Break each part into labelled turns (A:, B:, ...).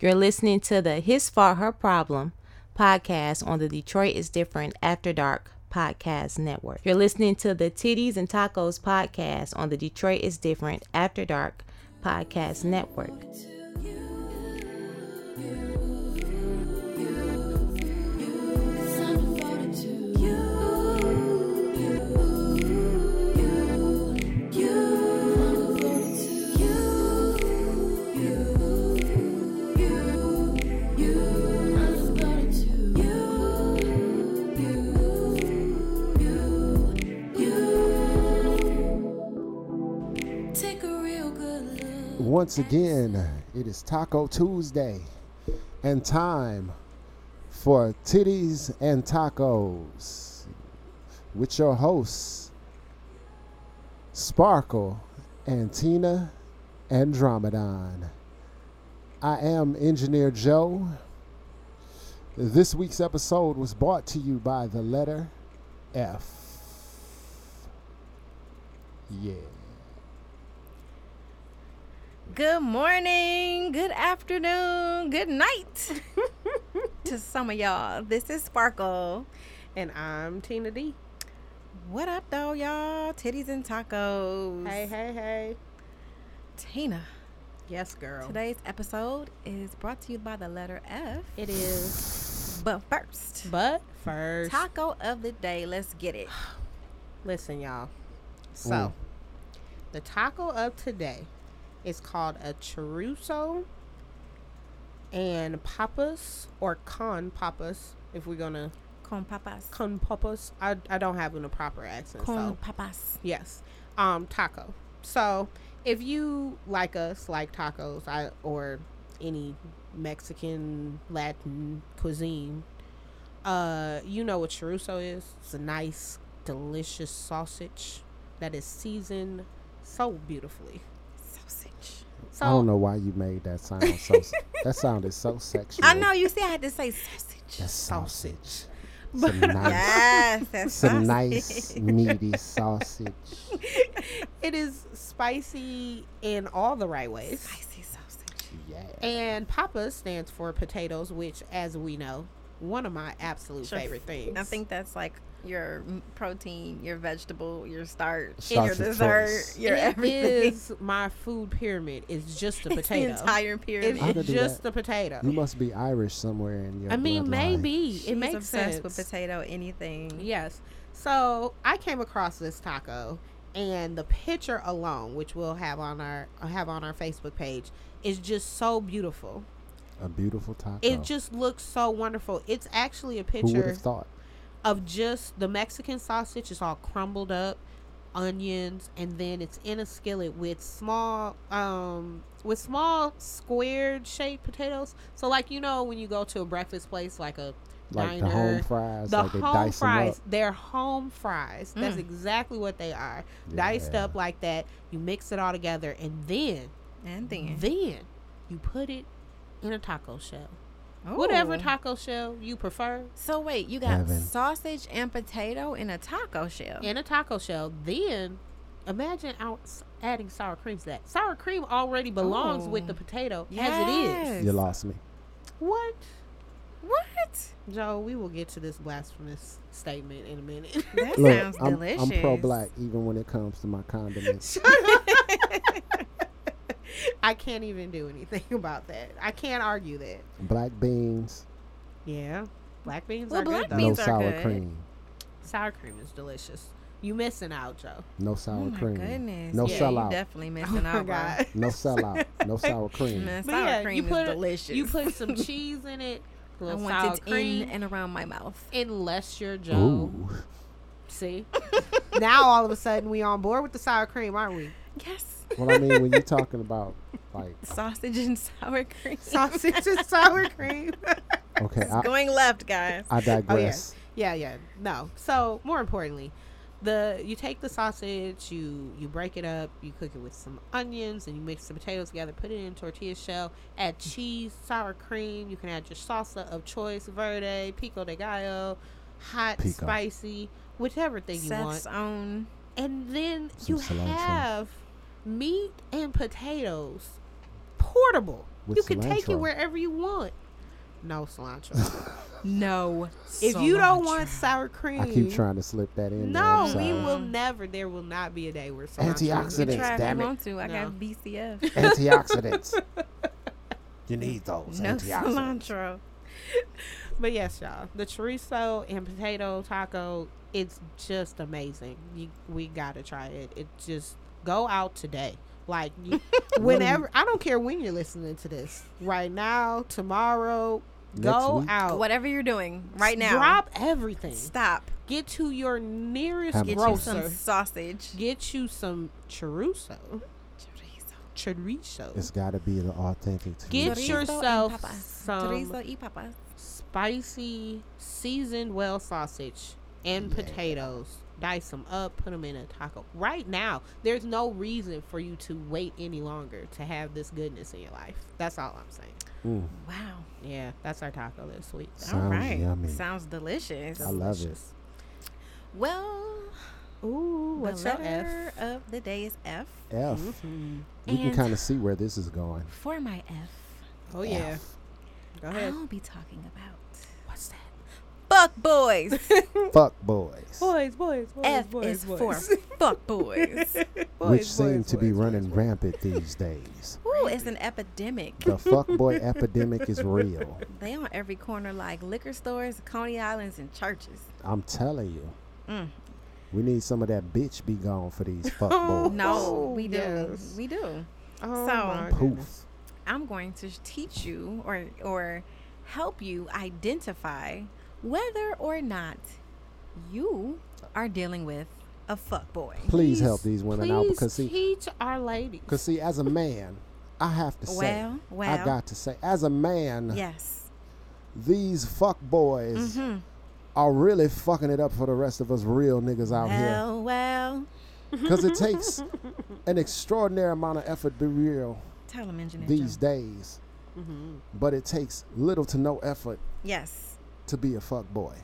A: You're listening to the His Fault, Her Problem podcast on the Detroit is Different After Dark podcast network. You're listening to the Titties and Tacos podcast on the Detroit is Different After Dark podcast network.
B: Once again, it is Taco Tuesday and time for Titties and Tacos with your hosts, Sparkle and Tina Andromedon. I am Engineer Joe. This week's episode was brought to you by the letter F. Yeah.
C: Good morning, good afternoon, good night to some of y'all. This is Sparkle.
D: And I'm Tina D.
C: What up, though, y'all? Titties and tacos.
D: Hey, hey, hey.
C: Tina.
D: Yes, girl.
C: Today's episode is brought to you by the letter F.
D: it is.
C: But first,
D: But first,
C: taco of the day. Let's get it.
D: listen, y'all. So,
B: Mm.
D: the taco of today is called a chorizo and papas or con papas. If we're gonna
C: Con papas.
D: con papas, I, I don't have a proper accent.
C: Con
D: so
C: papas.
D: Yes. Um, taco. So if you like us, like tacos, I or any Mexican Latin cuisine, uh, you know what chorizo is. It's a nice, delicious sausage that is seasoned so beautifully.
C: Sausage.
D: So
B: I
C: Um,
B: don't know why you made that sound so. that sounded so sexual.
C: I know you see, I had to say sausage.
B: That's sausage.
D: sausage.
B: Some nice,
C: Yes, that's
B: some
C: sausage.
B: nice meaty sausage.
D: It is spicy in all the right ways.
C: Spicy sausage.
B: Yeah.
D: And Papa stands for potatoes, which, as we know, one of my absolute
C: Sure.
D: favorite things.
C: I think that's like your m- protein, your vegetable, your starch,
B: Starch
C: your
B: of
C: dessert,
B: choice.
C: your
D: It
C: everything.
D: is my food pyramid. It's just a
C: It's the
D: potato.
C: entire
D: It's
C: pyramid.
B: How did- do
D: just
B: that.
D: a potato.
B: You must be Irish somewhere in your.
D: I mean,
B: bloodline.
D: maybe
C: She's
D: it makes
C: obsessed
D: sense.
C: with potato anything.
D: Yes. So I came across this taco, and the picture alone, which we'll have on our have on our Facebook page, is just so beautiful.
B: a beautiful taco.
D: It just looks so wonderful. It's actually a
B: Oh. Who would
D: picture
B: have thought?
D: of just the Mexican sausage. It's all crumbled up, onions, and then it's in a skillet with small, um, with small squared shaped potatoes. So like you know when you go to a breakfast place like a
B: Like
D: diner,
B: the home fries,
D: the
B: like they
D: home
B: dice 'em
D: fries,
B: up.
D: they're home fries. That's
C: Mm.
D: exactly what they are, diced
B: Yeah.
D: up like that. You mix it all together, and then
C: And then
D: then you put it in a taco shell, whatever
C: Ooh.
D: taco shell you prefer.
C: So wait, you got
B: Heaven.
C: sausage and potato in a taco shell.
D: in a taco shell. Then imagine out adding sour cream to that. Sour cream already belongs with
C: Oh.
D: the potato as it is.
C: Yes.
B: You lost me.
D: What?
C: What?
D: Joe, we will get to this blasphemous statement in a minute.
C: That
B: Look,
C: sounds
B: I'm,
C: delicious.
B: I'm pro black even when it comes to my condiments.
D: I can't even do anything about that. I can't argue that.
B: black beans,
D: Yeah. Black beans
C: Well,
D: are
C: black
D: good though.
C: Beans
B: no
C: are
B: sour
C: good.
B: cream,
D: Sour cream is delicious. You missing out, Joe.
B: no
C: Oh
B: sour
C: my
B: cream,
C: goodness.
B: no
C: yeah,
B: sellout.
C: You
D: Oh
C: definitely missing out, bro.
B: no sellout, no sour cream.
C: Man,
D: But
C: Oh, sour
D: yeah,
C: cream
D: you
C: is
D: put-
C: delicious.
D: You put some cheese in it, a
C: I
D: little sour
C: want it
D: cream,
C: in and around my mouth.
D: unless you're Joe.
B: Ooh,
D: See? now all of a sudden we on board with the sour cream, aren't we?
C: Yes.
B: well, I mean, when you're talking about like,
C: Sausage and sour cream.
D: Sausage and sour cream.
B: okay, I,
C: going left, guys.
D: Oh,
B: I digress.
D: yeah, yeah. No. So more importantly, the you take the sausage, you you break it up, you cook it with some onions, and you mix the potatoes together. Put it in a tortilla shell. Add cheese, sour cream. You can add your salsa of choice, verde, pico de gallo, hot,
B: Pico.
D: spicy, whichever thing you want.
C: Seth's own.
D: and then
B: Some
D: you
B: cilantro.
D: have meat and potatoes portable
B: with
D: You can take it
B: cilantro.
D: wherever you want. No cilantro.
C: No.
D: if you don't want sour cream,
B: I keep trying to slip that in. there, I'm
D: No, we
B: sorry.
D: will never. There will not be a day where cilantro is
B: Antioxidants.
D: in-
C: Try if
B: damn
C: you
B: it.
C: want to. I got BCF.
B: antioxidants. You need those
C: No
B: antioxidants.
C: cilantro.
D: But yes, y'all, the chorizo and potato taco, it's just amazing. You, we gotta try it. It just go out today. Like you, whenever, I don't care when you're listening to this. Right now, tomorrow,
B: Next
D: go
B: week.
D: out
C: Whatever you're doing right now.
D: Oh. Drop everything.
C: Stop.
D: Get to your nearest
B: Have a
C: Get
D: grocer.
C: you some sausage.
D: Get you some chorizo.
C: Chorizo.
D: Chorizo.
B: It's got to be the authentic. to
D: Get
B: it.
C: Chorizo
D: yourself
C: and papas.
D: some
C: Chorizo y papas.
D: spicy seasoned well sausage and potatoes. Dice them up, put them in a taco. Right now, there's no reason for you to wait any longer to have this goodness in your life. That's all I'm saying.
B: Mm,
C: Wow.
D: Yeah, that's our taco this week.
B: sounds yummy.
C: Sounds delicious.
B: I love it.
D: Delicious.
C: Well,
D: Ooh,
C: the letter of the day is F.
B: F.
D: Mm-hmm.
B: We can
C: And-
B: kind of see where this is going.
C: For my F,
D: Oh yeah. Go ahead.
C: I'll be talking about
D: What's that?
C: fuck boys.
B: Fuck boys,
D: Boys, boys, boys,
C: F
D: boys,
C: is
D: boys.
C: for fuck boys.
B: which
D: Boys,
B: seem
D: boys,
B: to be
D: boys,
B: running
D: boys, boys.
B: rampant these days.
C: Ooh, it's an epidemic.
B: The fuck boy epidemic is real.
C: They on every corner, like liquor stores, Coney Islands, and churches.
B: I'm telling you.
C: Mm.
B: We need some of that bitch be gone for these fuck
D: Oh,
B: boys.
C: No, we do,
D: yes.
C: we do.
D: Oh,
C: So-
D: my
B: Poof.
D: goodness.
C: I'm going to teach you or or help you identify whether or not you are dealing with a fuckboy.
B: Please help these women out
D: please
B: because see,
D: teach our ladies.
B: because see, as a man, I have to say,
C: Well,
B: I
C: well.
B: got to say, as a man,
C: Yes.
B: these fuck boys
C: Mm-hmm.
B: are really fucking it up for the rest of us real niggas out here.
C: Well, well.
B: Because it takes an extraordinary amount of effort to be real
C: Tell them, engineer.
B: these
C: Joe.
B: days,
C: Mm-hmm.
B: but it takes little to no effort
C: Yes.
B: to be a fuck boy.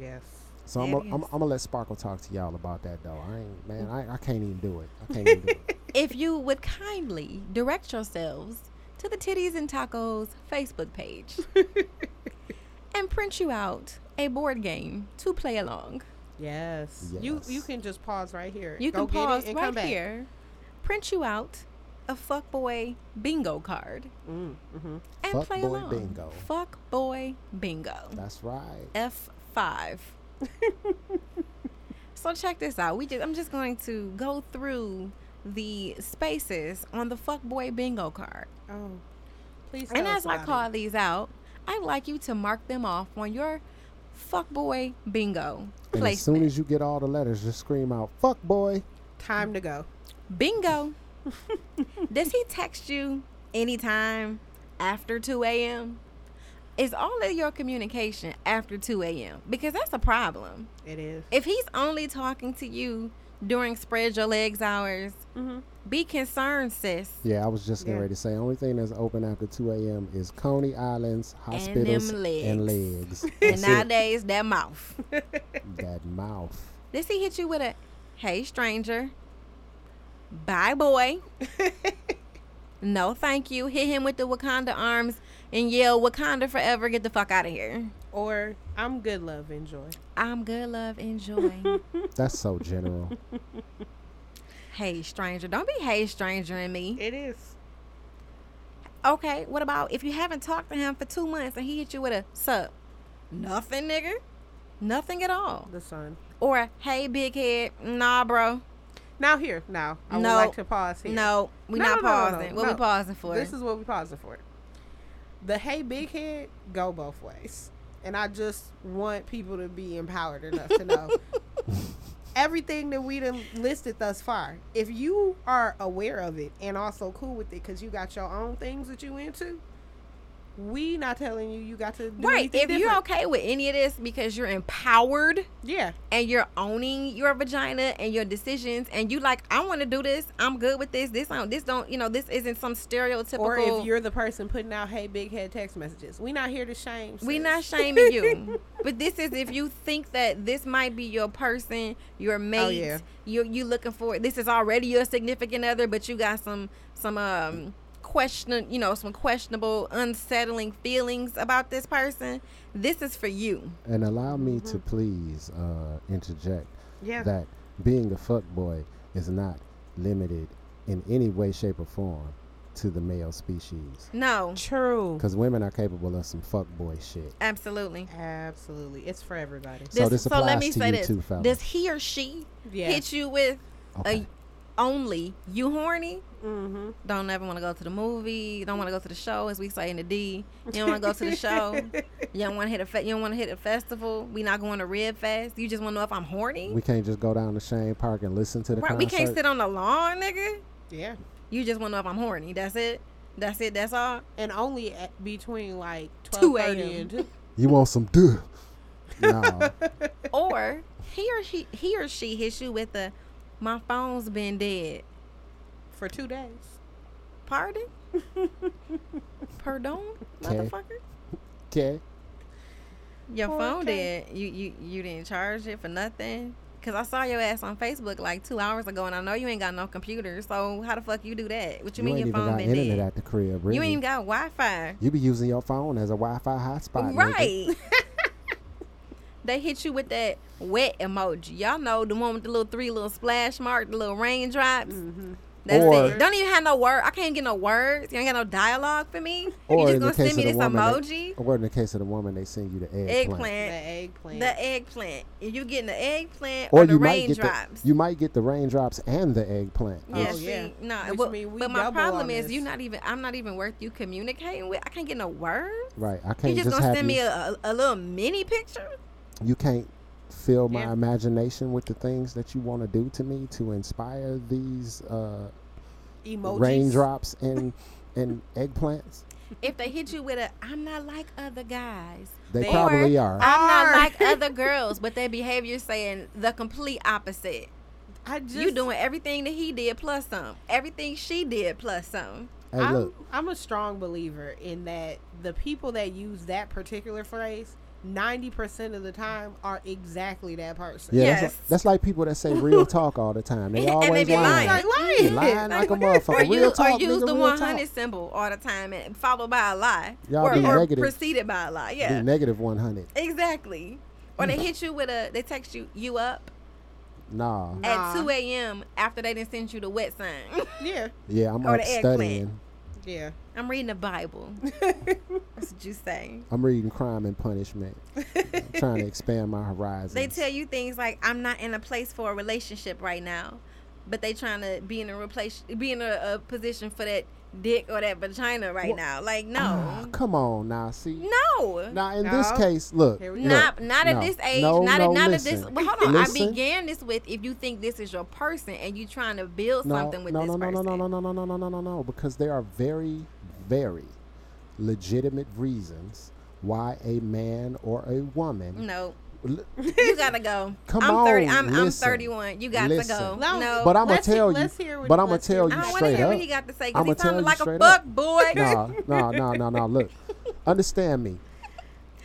D: Yes.
B: So I'm
C: There
B: gonna
C: it
B: I'm,
C: is.
B: I'm gonna let Sparkle talk to y'all about that though. I ain't man, I, I can't even do it. I can't even do it.
C: If you would kindly direct yourselves to the Titties and Tacos Facebook page and print you out a board game to play along.
D: Yes. You you
B: Yes.
D: can just pause right here.
C: You
D: Go
C: can pause
D: get it and come
C: right
D: back.
C: here, print you out a fuckboy bingo card,
D: Mm, hmm
C: and
B: Fuck
C: play
B: boy
C: along.
B: bingo.
C: Fuck boy bingo.
B: That's right.
C: F five. so check this out. We just I'm just going to go through the spaces on the fuckboy bingo card.
D: Oh, please.
C: and
D: tell us
C: as I
D: about
C: call
D: it.
C: these out, I'd like you to mark them off on your fuckboy bingo
B: And
C: placement.
B: as soon as you get all the letters, just scream out, fuck boy.
D: time to go.
C: Bingo. Does he text you anytime after 2 a.m.? Is all of your communication after 2 a.m.? Because that's a problem.
D: It is.
C: If he's only talking to you during spread your legs hours,
D: Mhm.
C: be concerned, sis.
B: Yeah, I was just getting
D: Yeah.
B: ready to say only thing that's open after two AM is Coney Islands, hospitals, and, legs.
C: legs. And
B: That's it.
C: nowadays, that mouth.
B: that mouth.
C: Does he hit you with a hey, stranger? Bye, boy. no, thank you. Hit him with the Wakanda arms and yell, Wakanda forever. Get the fuck out of here.
D: Or I'm good. Love, enjoy.
C: I'm good, love. Enjoy.
B: That's so general.
C: hey, stranger. Don't be hey, stranger in me.
D: It is.
C: Okay, what about if you haven't talked to him for two months and he hit you with a sup? Nothing, nigga. Nothing at all.
D: The sun.
C: Or a, hey, big head. Nah, bro.
D: Now here. Now I
C: No.
D: would like to pause here.
C: No, we
D: No,
C: not
D: no, no, no,
C: pausing.
D: no,
C: what we
D: no.
C: pausing for?
D: This is what we pausing for. The hey big head go both ways, and I just want people to be empowered enough to know everything that we done listed thus far. If you are aware of it and also cool with it, because you got your own things that you into, we not telling you you got to do
C: right. If
D: anything
C: you're
D: different.
C: okay with any of this because you're empowered
D: yeah,
C: and you're owning your vagina and your decisions, and you like, I want to do this. I'm good with this. This don't. This don't. You know, this isn't some stereotypical.
D: or if you're the person putting out hey big head text messages, we not here to shame.
C: we
D: sis.
C: not shaming you, but this is if you think that this might be your person, your mate,
D: Oh, yeah.
C: you you looking for. This is already your significant other, but you got some some um question, you know, some questionable, unsettling feelings about this person, this is for you.
B: And allow me to please uh, interject
D: Yeah.
B: that being a fuckboy is not limited in any way, shape, or form to the male species.
C: No,
A: True.
B: Because women are capable of some fuckboy shit.
C: absolutely.
D: Absolutely. It's for everybody.
B: So this applies to you
C: this:
B: too, fellas.
C: Does he or she
D: Yeah.
C: hit you with
B: Okay.
C: a only you horny?
D: Mm-hmm.
C: Don't ever want to go to the movie. Don't want to go to the show, as we say in the D. You don't want to go to the show. You don't want to hit a fe- you don't want to hit a festival. We not going to Red Fest. You just want to know if I'm horny.
B: we can't just go down to Shane Park and listen to the
C: right?
B: concert.
C: We can't sit on the lawn, nigga.
D: Yeah.
C: You just want to know if I'm horny. That's it. That's it. That's all.
D: And only at between like
C: 2
D: twelve thirty
C: a.m..
D: and two.
B: You want some duh? No,
C: Or he or she he or she hits you with the my phone's been dead.
D: for two days.
C: Pardon? Pardon,
B: Okay.
C: motherfucker.
B: okay.
C: Your
D: Oh,
C: phone
D: okay.
C: dead. You you you didn't charge it for nothing. Cause I saw your ass on Facebook like two hours ago, and I know you ain't got no computer. So how the fuck you do that? What you,
B: You
C: mean
B: ain't
C: your
B: even
C: phone
B: got
C: been
B: internet
C: dead?
B: at the crib, really.
C: You ain't even got Wi-Fi.
B: You be using your phone as a Wi-Fi hotspot, nigga.
C: Right. they hit you with that wet emoji. Y'all know the one with the little three little splash mark, the little raindrops. That's
B: Or-
C: it. Don't even have no word. I can't get no words. You ain't got no dialogue for me.
B: Or
C: you
B: in the
C: just gonna
B: case
C: send me
B: of the
C: this
B: woman,
C: emoji,
B: They, or in the case of the woman, they send you the eggplant.
D: The
C: eggplant,
D: eggplant.
C: the eggplant. If you getting the eggplant or,
B: Or
C: the
B: you might get
C: raindrops.
B: the you might get the raindrops and the eggplant.
C: yeah,
D: Oh,
C: see,
D: yeah.
C: no.
D: Which
C: but,
D: mean we
C: but my
D: double
C: problem
D: on
C: is
D: this.
C: you not even. I'm not even worth you communicating with. I can't get no word.
B: Right. I
C: You
B: can't
C: just,
B: just,
C: gonna
B: have
C: send
B: you,
C: me a, a, a little mini picture.
B: you can't fill my
D: Yeah.
B: imagination with the things that you want to do to me to inspire these uh,
C: e
D: Emojis.
B: raindrops and and eggplants.
C: If they hit you with a, I'm not like other guys.
B: They
D: They
B: probably
C: Or,
B: are.
C: I'm not
D: Are.
C: like other girls, but their behavior saying the complete opposite.
D: I just
C: you doing everything that he did plus some, everything she did plus some.
B: hey,
D: I'm,
B: look,
D: I'm a strong believer in that the people that use that particular phrase 90% of the time are exactly that person.
B: yeah, that's,
C: yes.
B: like, that's like people that say real talk all the time. They
C: And
B: always
C: they be
B: lying.
C: lying.
B: Lying like a
C: Or,
B: motherfucker. Real
C: you, or
B: talk,
C: use
B: nigga,
C: the
B: real
C: 100
B: talk.
C: symbol all the time and followed by a lie,
B: Y'all
C: or,
B: be
C: or
B: negative.
C: preceded by a lie.
B: Be
C: Yeah,
B: negative one hundred.
C: exactly. Or they hit you with a, they text you, you up
B: Nah.
C: at
D: Nah.
C: 2 a.m. after they didn't send you the wet sign.
D: Yeah.
B: Yeah, I'm
C: Or
B: up
C: the eggplant.
B: studying.
D: Yeah.
C: I'm reading the Bible. That's what you say.
B: I'm reading Crime and Punishment. I'm trying to expand my horizons.
C: They tell you things like I'm not in a place for a relationship right now, but they trying to be in a replace be in a, a position for that dick or that vagina right
B: Well,
C: now. Like
B: Ah,
C: no,
B: come on now, see.
C: no,
B: Now in this
D: No.
B: case, look,
D: Here we go.
B: look
C: not not at
B: no.
C: this age,
B: No,
C: not at
B: no,
C: not at
B: listen.
C: this. Well, hold on, I
B: Listen.
C: began this with if you think this is your person and you trying to build
B: no,
C: something with
B: no,
C: this
B: no, no,
C: person.
B: no, no, no, no, no, no, no, no, no, because there are very, very legitimate reasons why a man or a woman.
C: No,
B: L-
C: you gotta go.
B: Come
C: I'm thirty.
B: on,
C: I'm, I'm
B: listen.
C: thirty-one. You got
B: Listen.
C: to go.
D: No,
C: No,
B: But I'ma
D: let's
B: tell
D: hear-
B: you-
D: let's hear what-
B: but I'ma
D: let's
B: tell you
D: hear
C: I don't
D: what-
C: want to
B: straight
C: hear
B: up.
C: what he got to say because
B: I'ma
C: he sounded
B: tell
C: like
B: you
C: a
B: straight
C: fuck
B: up.
C: boy.
B: No, no, no, no, no. Look, understand me.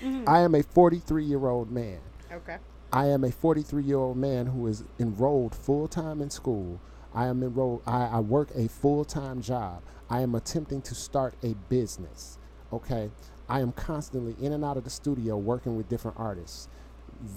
C: Mm-hmm.
B: I am a 43 year old man.
D: Okay.
B: I am a 43 year old man who is enrolled full time in school. I am enrolled. I, I work a full time job. I am attempting to start a business. Okay. I am constantly in and out of the studio working with different artists.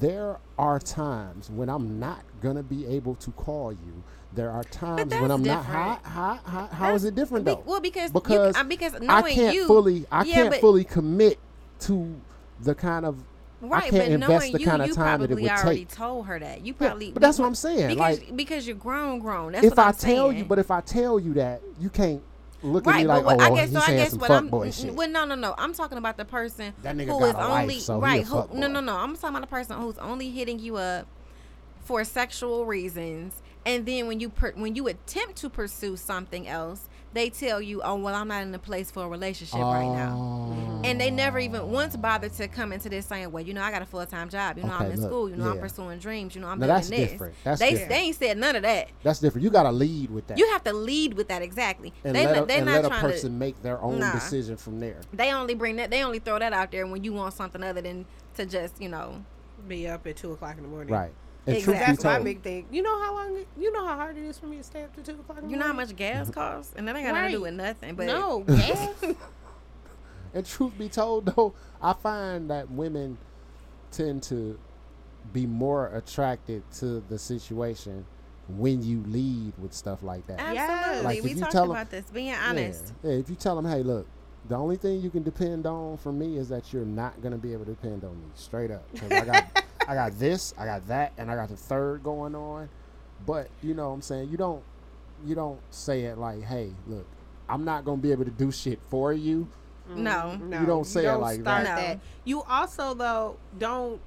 B: There are times when I'm not gonna be able to call you. There are times when
C: that's
B: I'm not. How,
C: different.
B: how, how, how is it different
C: Be-
B: though?
C: well, because you-
B: because,
C: uh, because
B: I
C: knowing
B: can't
C: you-
B: fully I
C: Yeah,
B: can't
C: but-
B: fully commit to the kind of I
C: Right,
B: can't
C: but
B: invest
C: knowing
B: the
C: you,
B: kind
C: you
B: of time that it
C: probably
B: would
C: already
B: take.
C: told her that. You probably,
B: but that's what I'm saying,
C: Because,
B: like-
C: because you're grown, grown. That's
B: if
C: what
B: I
C: I'm
B: tell
C: saying.
B: you, but if I tell you that, you can't look at
C: right,
B: me like,
C: but
B: oh,
C: what- I guess
B: he's
C: so. I
B: saying
C: guess
B: some
C: what I'm,
B: fuckboy
C: n-
B: shit.
C: well, no, no, no. I'm talking about the person
B: That nigga
C: who
B: got
C: is
B: a wife,
C: only
B: so he a
C: right. Who, no,
B: fuckboy.
C: no, no. I'm talking about the person who's only hitting you up for sexual reasons, and then when you per, when you attempt to pursue something else, they tell you, oh, well, I'm not in a place for a relationship right now.
B: Oh.
C: And they never even once bothered to come into this saying, "Well, you know, I got a full time job. You know,
B: Okay,
C: I'm in
B: look,
C: school. You know, I'm
B: yeah.
C: pursuing dreams. You know, I'm
B: Now,
C: doing
B: that's
C: this."
B: different. That's
C: they
B: different.
C: they ain't said none of that.
B: That's different. You got to lead with that.
C: You have to lead with that exactly.
B: and
C: they
B: let a,
C: they
B: and
C: not
B: let a
C: trying
B: person
C: to.
B: make their own
C: Nah.
B: decision from there.
C: They only bring that. They only throw that out there when you want something other than to just you know.
D: Be up at 2 o'clock in the morning.
B: Right. And
C: Exactly.
B: truth be
D: That's my
B: told,
D: big thing. You know how long? You know how hard it is for me to stay up to two o'clock. in the
C: You know how
D: morning?
C: much gas costs, and that ain't got nothing to do
D: Mm-hmm.
C: with
D: Right.
C: nothing. But
D: No gas.
B: and truth be told, though, I find that women tend to be more attracted to the situation when you lead with stuff like that.
C: absolutely,
B: Like, if
C: we
B: you
C: talked
B: tell 'em-
C: about this. Being honest,
B: Yeah. Yeah, if you tell them, hey, look, the only thing you can depend on from me is that you're not gonna be able to depend on me, straight up. 'Cause I got, I got this, I got that, and I got the third going on. But you know, what I'm saying you don't, you don't say it like, hey, look, I'm not gonna be able to do shit for you.
C: No.
D: no. Mm-hmm.
B: You don't say it like
D: start
C: that. No.
D: You also though don't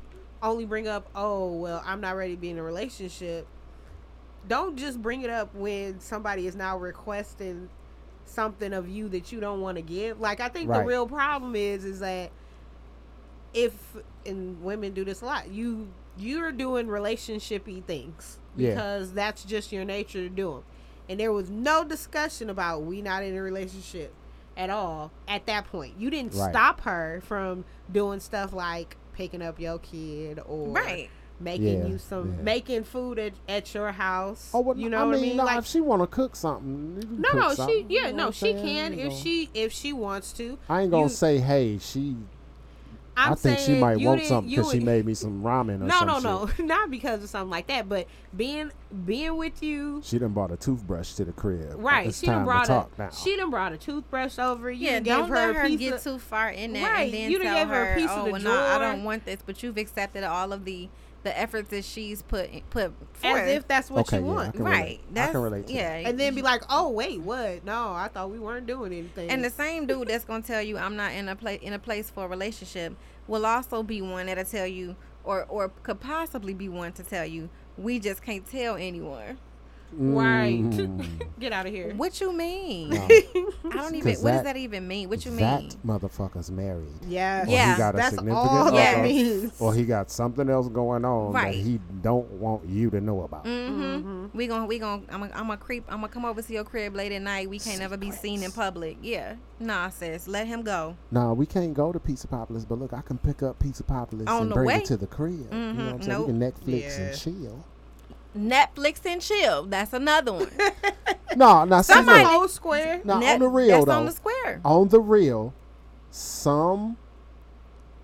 D: only bring up, oh well, I'm not ready to be in a relationship. Don't just bring it up when somebody is now requesting something of you that you don't want to give. Like I think the
B: Right.
D: real problem is is that if and women do this a lot, you you're doing relationshipy things
B: Yeah.
D: because that's just your nature to do them. And there was no discussion about we not in a relationship at all at that point. You didn't
B: Right.
D: stop her from doing stuff like picking up your kid or
C: right?
D: making
B: Yeah,
D: you some
B: yeah.
D: making food at, at your house.
B: Oh, well,
D: you know
B: I
D: what
B: mean,
D: I mean?
B: nah,
D: like
B: if she wanna cook something, you can
D: no,
B: cook
D: no, she
B: something,
D: yeah,
B: you know
D: no,
B: what
D: she
B: I'm saying?
D: can
B: You
D: if
B: know.
D: she if she wants to.
B: I ain't gonna
D: you-
B: say, hey, she.
D: I'm
B: i think she
D: saying
B: might
D: you
B: want
D: didn't-
B: something
D: you
B: because she
D: would-
B: made me some ramen or
D: No,
B: some
D: no,
B: shit.
D: no, not because of something like that, but being being with you.
B: She done brought a toothbrush to the crib.
D: Right,
B: It's
D: she done
B: time to
D: brought a
B: talk now.
D: she done brought a toothbrush over. You
C: Yeah,
D: done gave
C: don't
D: her
C: let
D: a
C: her
D: piece
C: get
D: of,
C: too far in that,
D: Right,
C: and then
D: you done
C: tell
D: gave her a piece of
C: "Oh,
D: the
C: well, no, I
D: drawer."
C: don't want this." But you've accepted all of the the efforts that she's put put forth.
D: as if that's what
B: okay,
D: you
B: yeah,
D: want.
B: I can
C: right?
B: relate.
C: That's
B: I can relate. To
C: yeah,
B: that.
D: and then be like, "Oh wait, what? No, I thought we weren't doing anything."
C: Mm-hmm. And the same dude that's gonna tell you I'm not in a place in a place for a relationship will also be one that'll tell you or or could possibly be one to tell you we just can't tell anyone.
D: right,
B: Mm.
D: get out of here.
C: What you mean?
B: No,
C: I don't even.
B: 'Cause
C: what does
B: that-
C: that even mean? What you
B: that
C: mean?
B: motherfucker's married.
D: Yeah,
B: Or
C: Yeah,
B: he got a
D: that's
B: significant
D: all that
C: other.
D: means.
B: Or he got something else going on
C: Right.
B: that he don't want you to know about.
C: Mm-hmm. We gon' we gon' I'm a, I'm a creep. I'm gonna come over to your crib late at night. We can't never be seen in
B: Secrets.
C: public. Yeah. Nah, sis. Let him go.
B: Nah, we can't go to Pizza Populous, but look, I can pick up Pizza Populous
C: On
B: and
C: the
B: bring
C: way.
B: it to the crib. You know what I'm
C: Mhm,
B: saying? We can Netflix
D: Yeah.
B: and chill.
C: Netflix and chill. That's another one.
B: No, now see,
C: Somebody-
B: look,
D: Whole square.
B: now
C: Net-
B: on the real
C: That's
B: though,
C: on the square.
B: on the real, some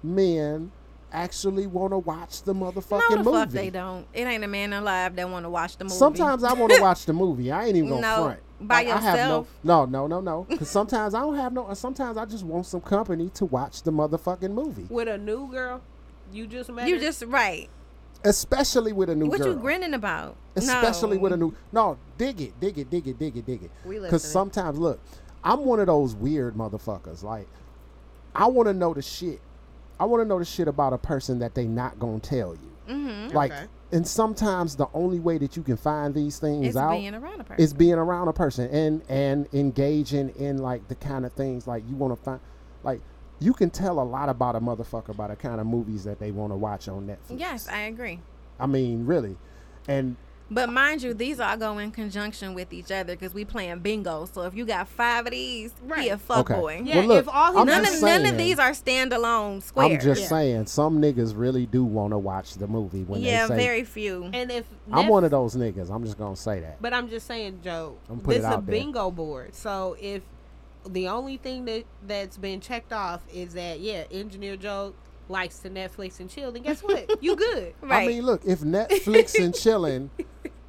B: men actually want to watch the motherfucking
C: no, the
B: movie.
C: fuck they don't. It ain't a man alive that want to watch the movie.
B: Sometimes I want to watch the movie. I ain't even gonna
C: No,
B: front.
C: by
B: Like, I have
C: yourself.
B: no, no, no, no, no. Because sometimes I don't have no. Sometimes I just want some company to watch the motherfucking movie,
D: with a new girl you just met.
C: you
D: her?
C: just right.
B: especially with a new
C: What
B: girl.
C: you grinning about?
B: especially
C: no.
B: with a new. No, dig it, dig it, dig it, dig it, dig it.
D: We
B: Because
D: listening.
B: sometimes, look, I'm one of those weird motherfuckers. Like, I want to know the shit. I want to know the shit about a person that they not gonna tell you.
C: Mm-hmm.
B: Like,
D: Okay.
B: and sometimes the only way that you can find these things
C: It's
B: out
C: being around a person.
B: is being around a person and and engaging in like the kind of things like you want to find like you can tell a lot about a motherfucker by the kind of movies that they want to watch on Netflix.
C: yes, I agree.
B: I mean, really. And
C: But mind you, these all go in conjunction with each other because we playing bingo. So if you got five of these, he
D: Right.
C: a fuck
B: Okay.
C: boy.
D: yeah.
B: well, look,
D: if all he
B: I'm
C: None
B: just
C: of none
B: saying-
C: of these are standalone squares.
B: I'm just
D: Yeah.
B: saying some niggas really do want to watch the movie when
C: yeah,
B: they say
C: very few.
D: and if
B: I'm
D: Netf-
B: one of those niggas. I'm just going to say that.
D: But I'm just saying, Joe,
B: I'm putting
D: this
B: it
D: is a
B: out there.
D: bingo board. So if the only thing that that's been checked off is that yeah, engineer Joe likes to Netflix and chill, then guess what? you good.
C: right.
B: I mean, look, if Netflix and chilling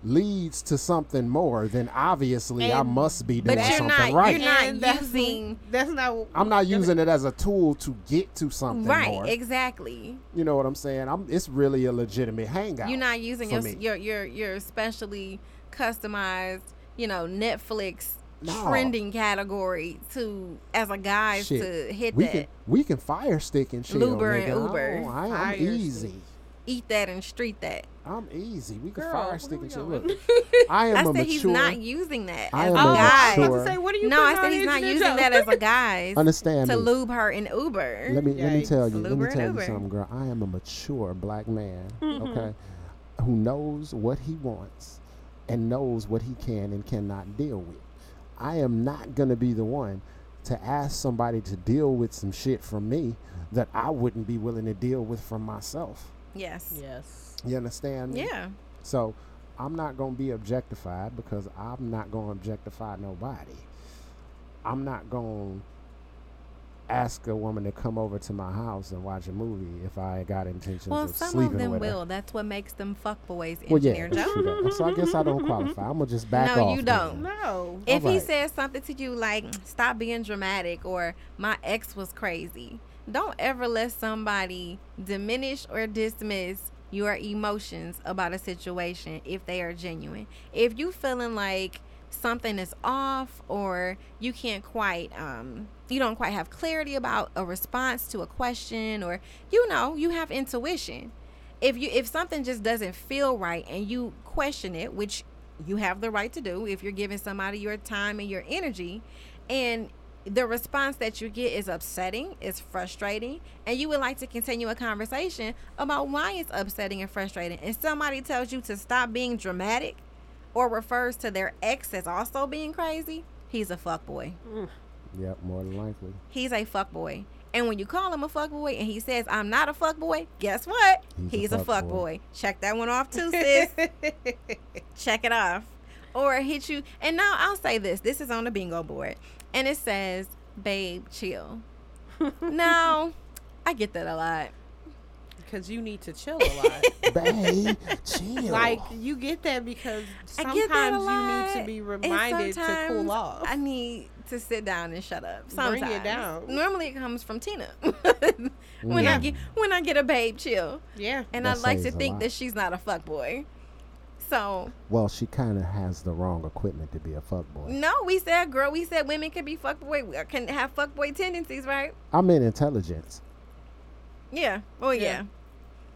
B: leads to something more, then obviously I
D: And-
B: must be doing
C: but you're
B: something
C: not
B: right.
C: you're not
D: And that's-
C: using
D: That's not.
B: I'm not using it as a tool to get to something
C: right
B: more.
C: exactly.
B: You know what I'm saying? I'm. It's really a legitimate hangout.
C: You're not using
B: for
C: your,
B: me.
C: your your your specially customized, you know, Netflix
B: No.
C: trending category to as a guise
B: Shit.
C: to hit
B: we
C: that,
B: can we can fire stick and shit.
C: Luber
B: nigga.
C: and Uber.
B: I, don't- I,
D: Fire
B: I'm easy.
D: stick.
C: eat that, and street that.
B: I'm easy. We can
D: Girl,
B: fire
D: where
B: stick
D: we
B: and shit.
D: going?
B: Look, I am
C: I
B: a
C: said
B: mature.
C: he's not using that
B: I
C: as
B: am
C: a
B: a
D: Oh, I was
C: guise.
B: mature-
D: about to say, what are you?
C: No, I
D: putting
C: said
D: on
C: he's not
D: Engineer
C: using
D: Joe?
C: that as a guise
B: understand
C: to
B: me.
C: lube her in Uber.
B: Let me let me
D: Yikes.
B: tell you.
C: Luber
B: let
C: and
B: me tell you
C: Uber. Mm-hmm.
B: something, girl. I am a mature black man. Okay, who knows what he wants and knows what he can and cannot deal with. I am not gonna be the one to ask somebody to deal with some shit from me that I wouldn't be willing to deal with from myself.
C: Yes.
D: Yes.
B: You understand? me?
C: Yeah.
B: So I'm not going to be objectified because I'm not going to objectify nobody. I'm not going to ask a woman to come over to my house and watch a movie if I got intentions
C: Well,
B: of
C: some
B: sleeping
C: of them
B: with her.
C: will. That's what makes them fuck boys.
B: Well, yeah.
C: Engineer
B: it's
C: Joe.
B: true that. So I guess I don't qualify. I'm going to just back
C: No,
B: off.
C: you
B: then.
C: don't.
D: No.
C: If he
B: Alright.
C: says something to you like "Stop being dramatic" or "My ex was crazy," don't ever let somebody diminish or dismiss your emotions about a situation if they are genuine. If you feeling like something is off or you can't quite um you don't quite have clarity about a response to a question or you know you have intuition if you if something just doesn't feel right and you question it which you have the right to do if you're giving somebody your time and your energy and the response that you get is upsetting is frustrating and you would like to continue a conversation about why it's upsetting and frustrating and somebody tells you to stop being dramatic or refers to their ex as also being crazy he's a fuckboy
B: Yep, more than likely.
C: he's a fuckboy. And when you call him a fuckboy and he says, I'm not a fuckboy, guess what?
B: He's a
C: He's, a
B: fuckboy.
C: fuckboy. Check that one off too, sis. Check it off. Or hit you. And now I'll say this this is on the bingo board. And it says, Babe, chill. no, I get that a lot.
D: Because you need to chill a lot.
B: Babe, chill.
D: like you get that because
C: I get that a
D: sometimes you need
C: lot.
D: to be
C: And
D: reminded to
C: sometimes
D: cool off.
C: I need to sit down and shut up.
D: Bring
C: Sometimes.
D: it down.
C: Normally it comes from Tina. when I
B: Yeah.
C: get when I get a babe chill.
D: yeah.
C: And
B: That
C: I'd like to
B: says a
C: think
B: lot.
C: that she's not a fuckboy. So,
B: well, she kind of has the wrong equipment to be a fuckboy.
C: no, we said, girl, we said women can be fuckboy, or can have fuckboy tendencies, right?
B: I mean intelligence.
C: Yeah. Well, yeah.
D: Yeah.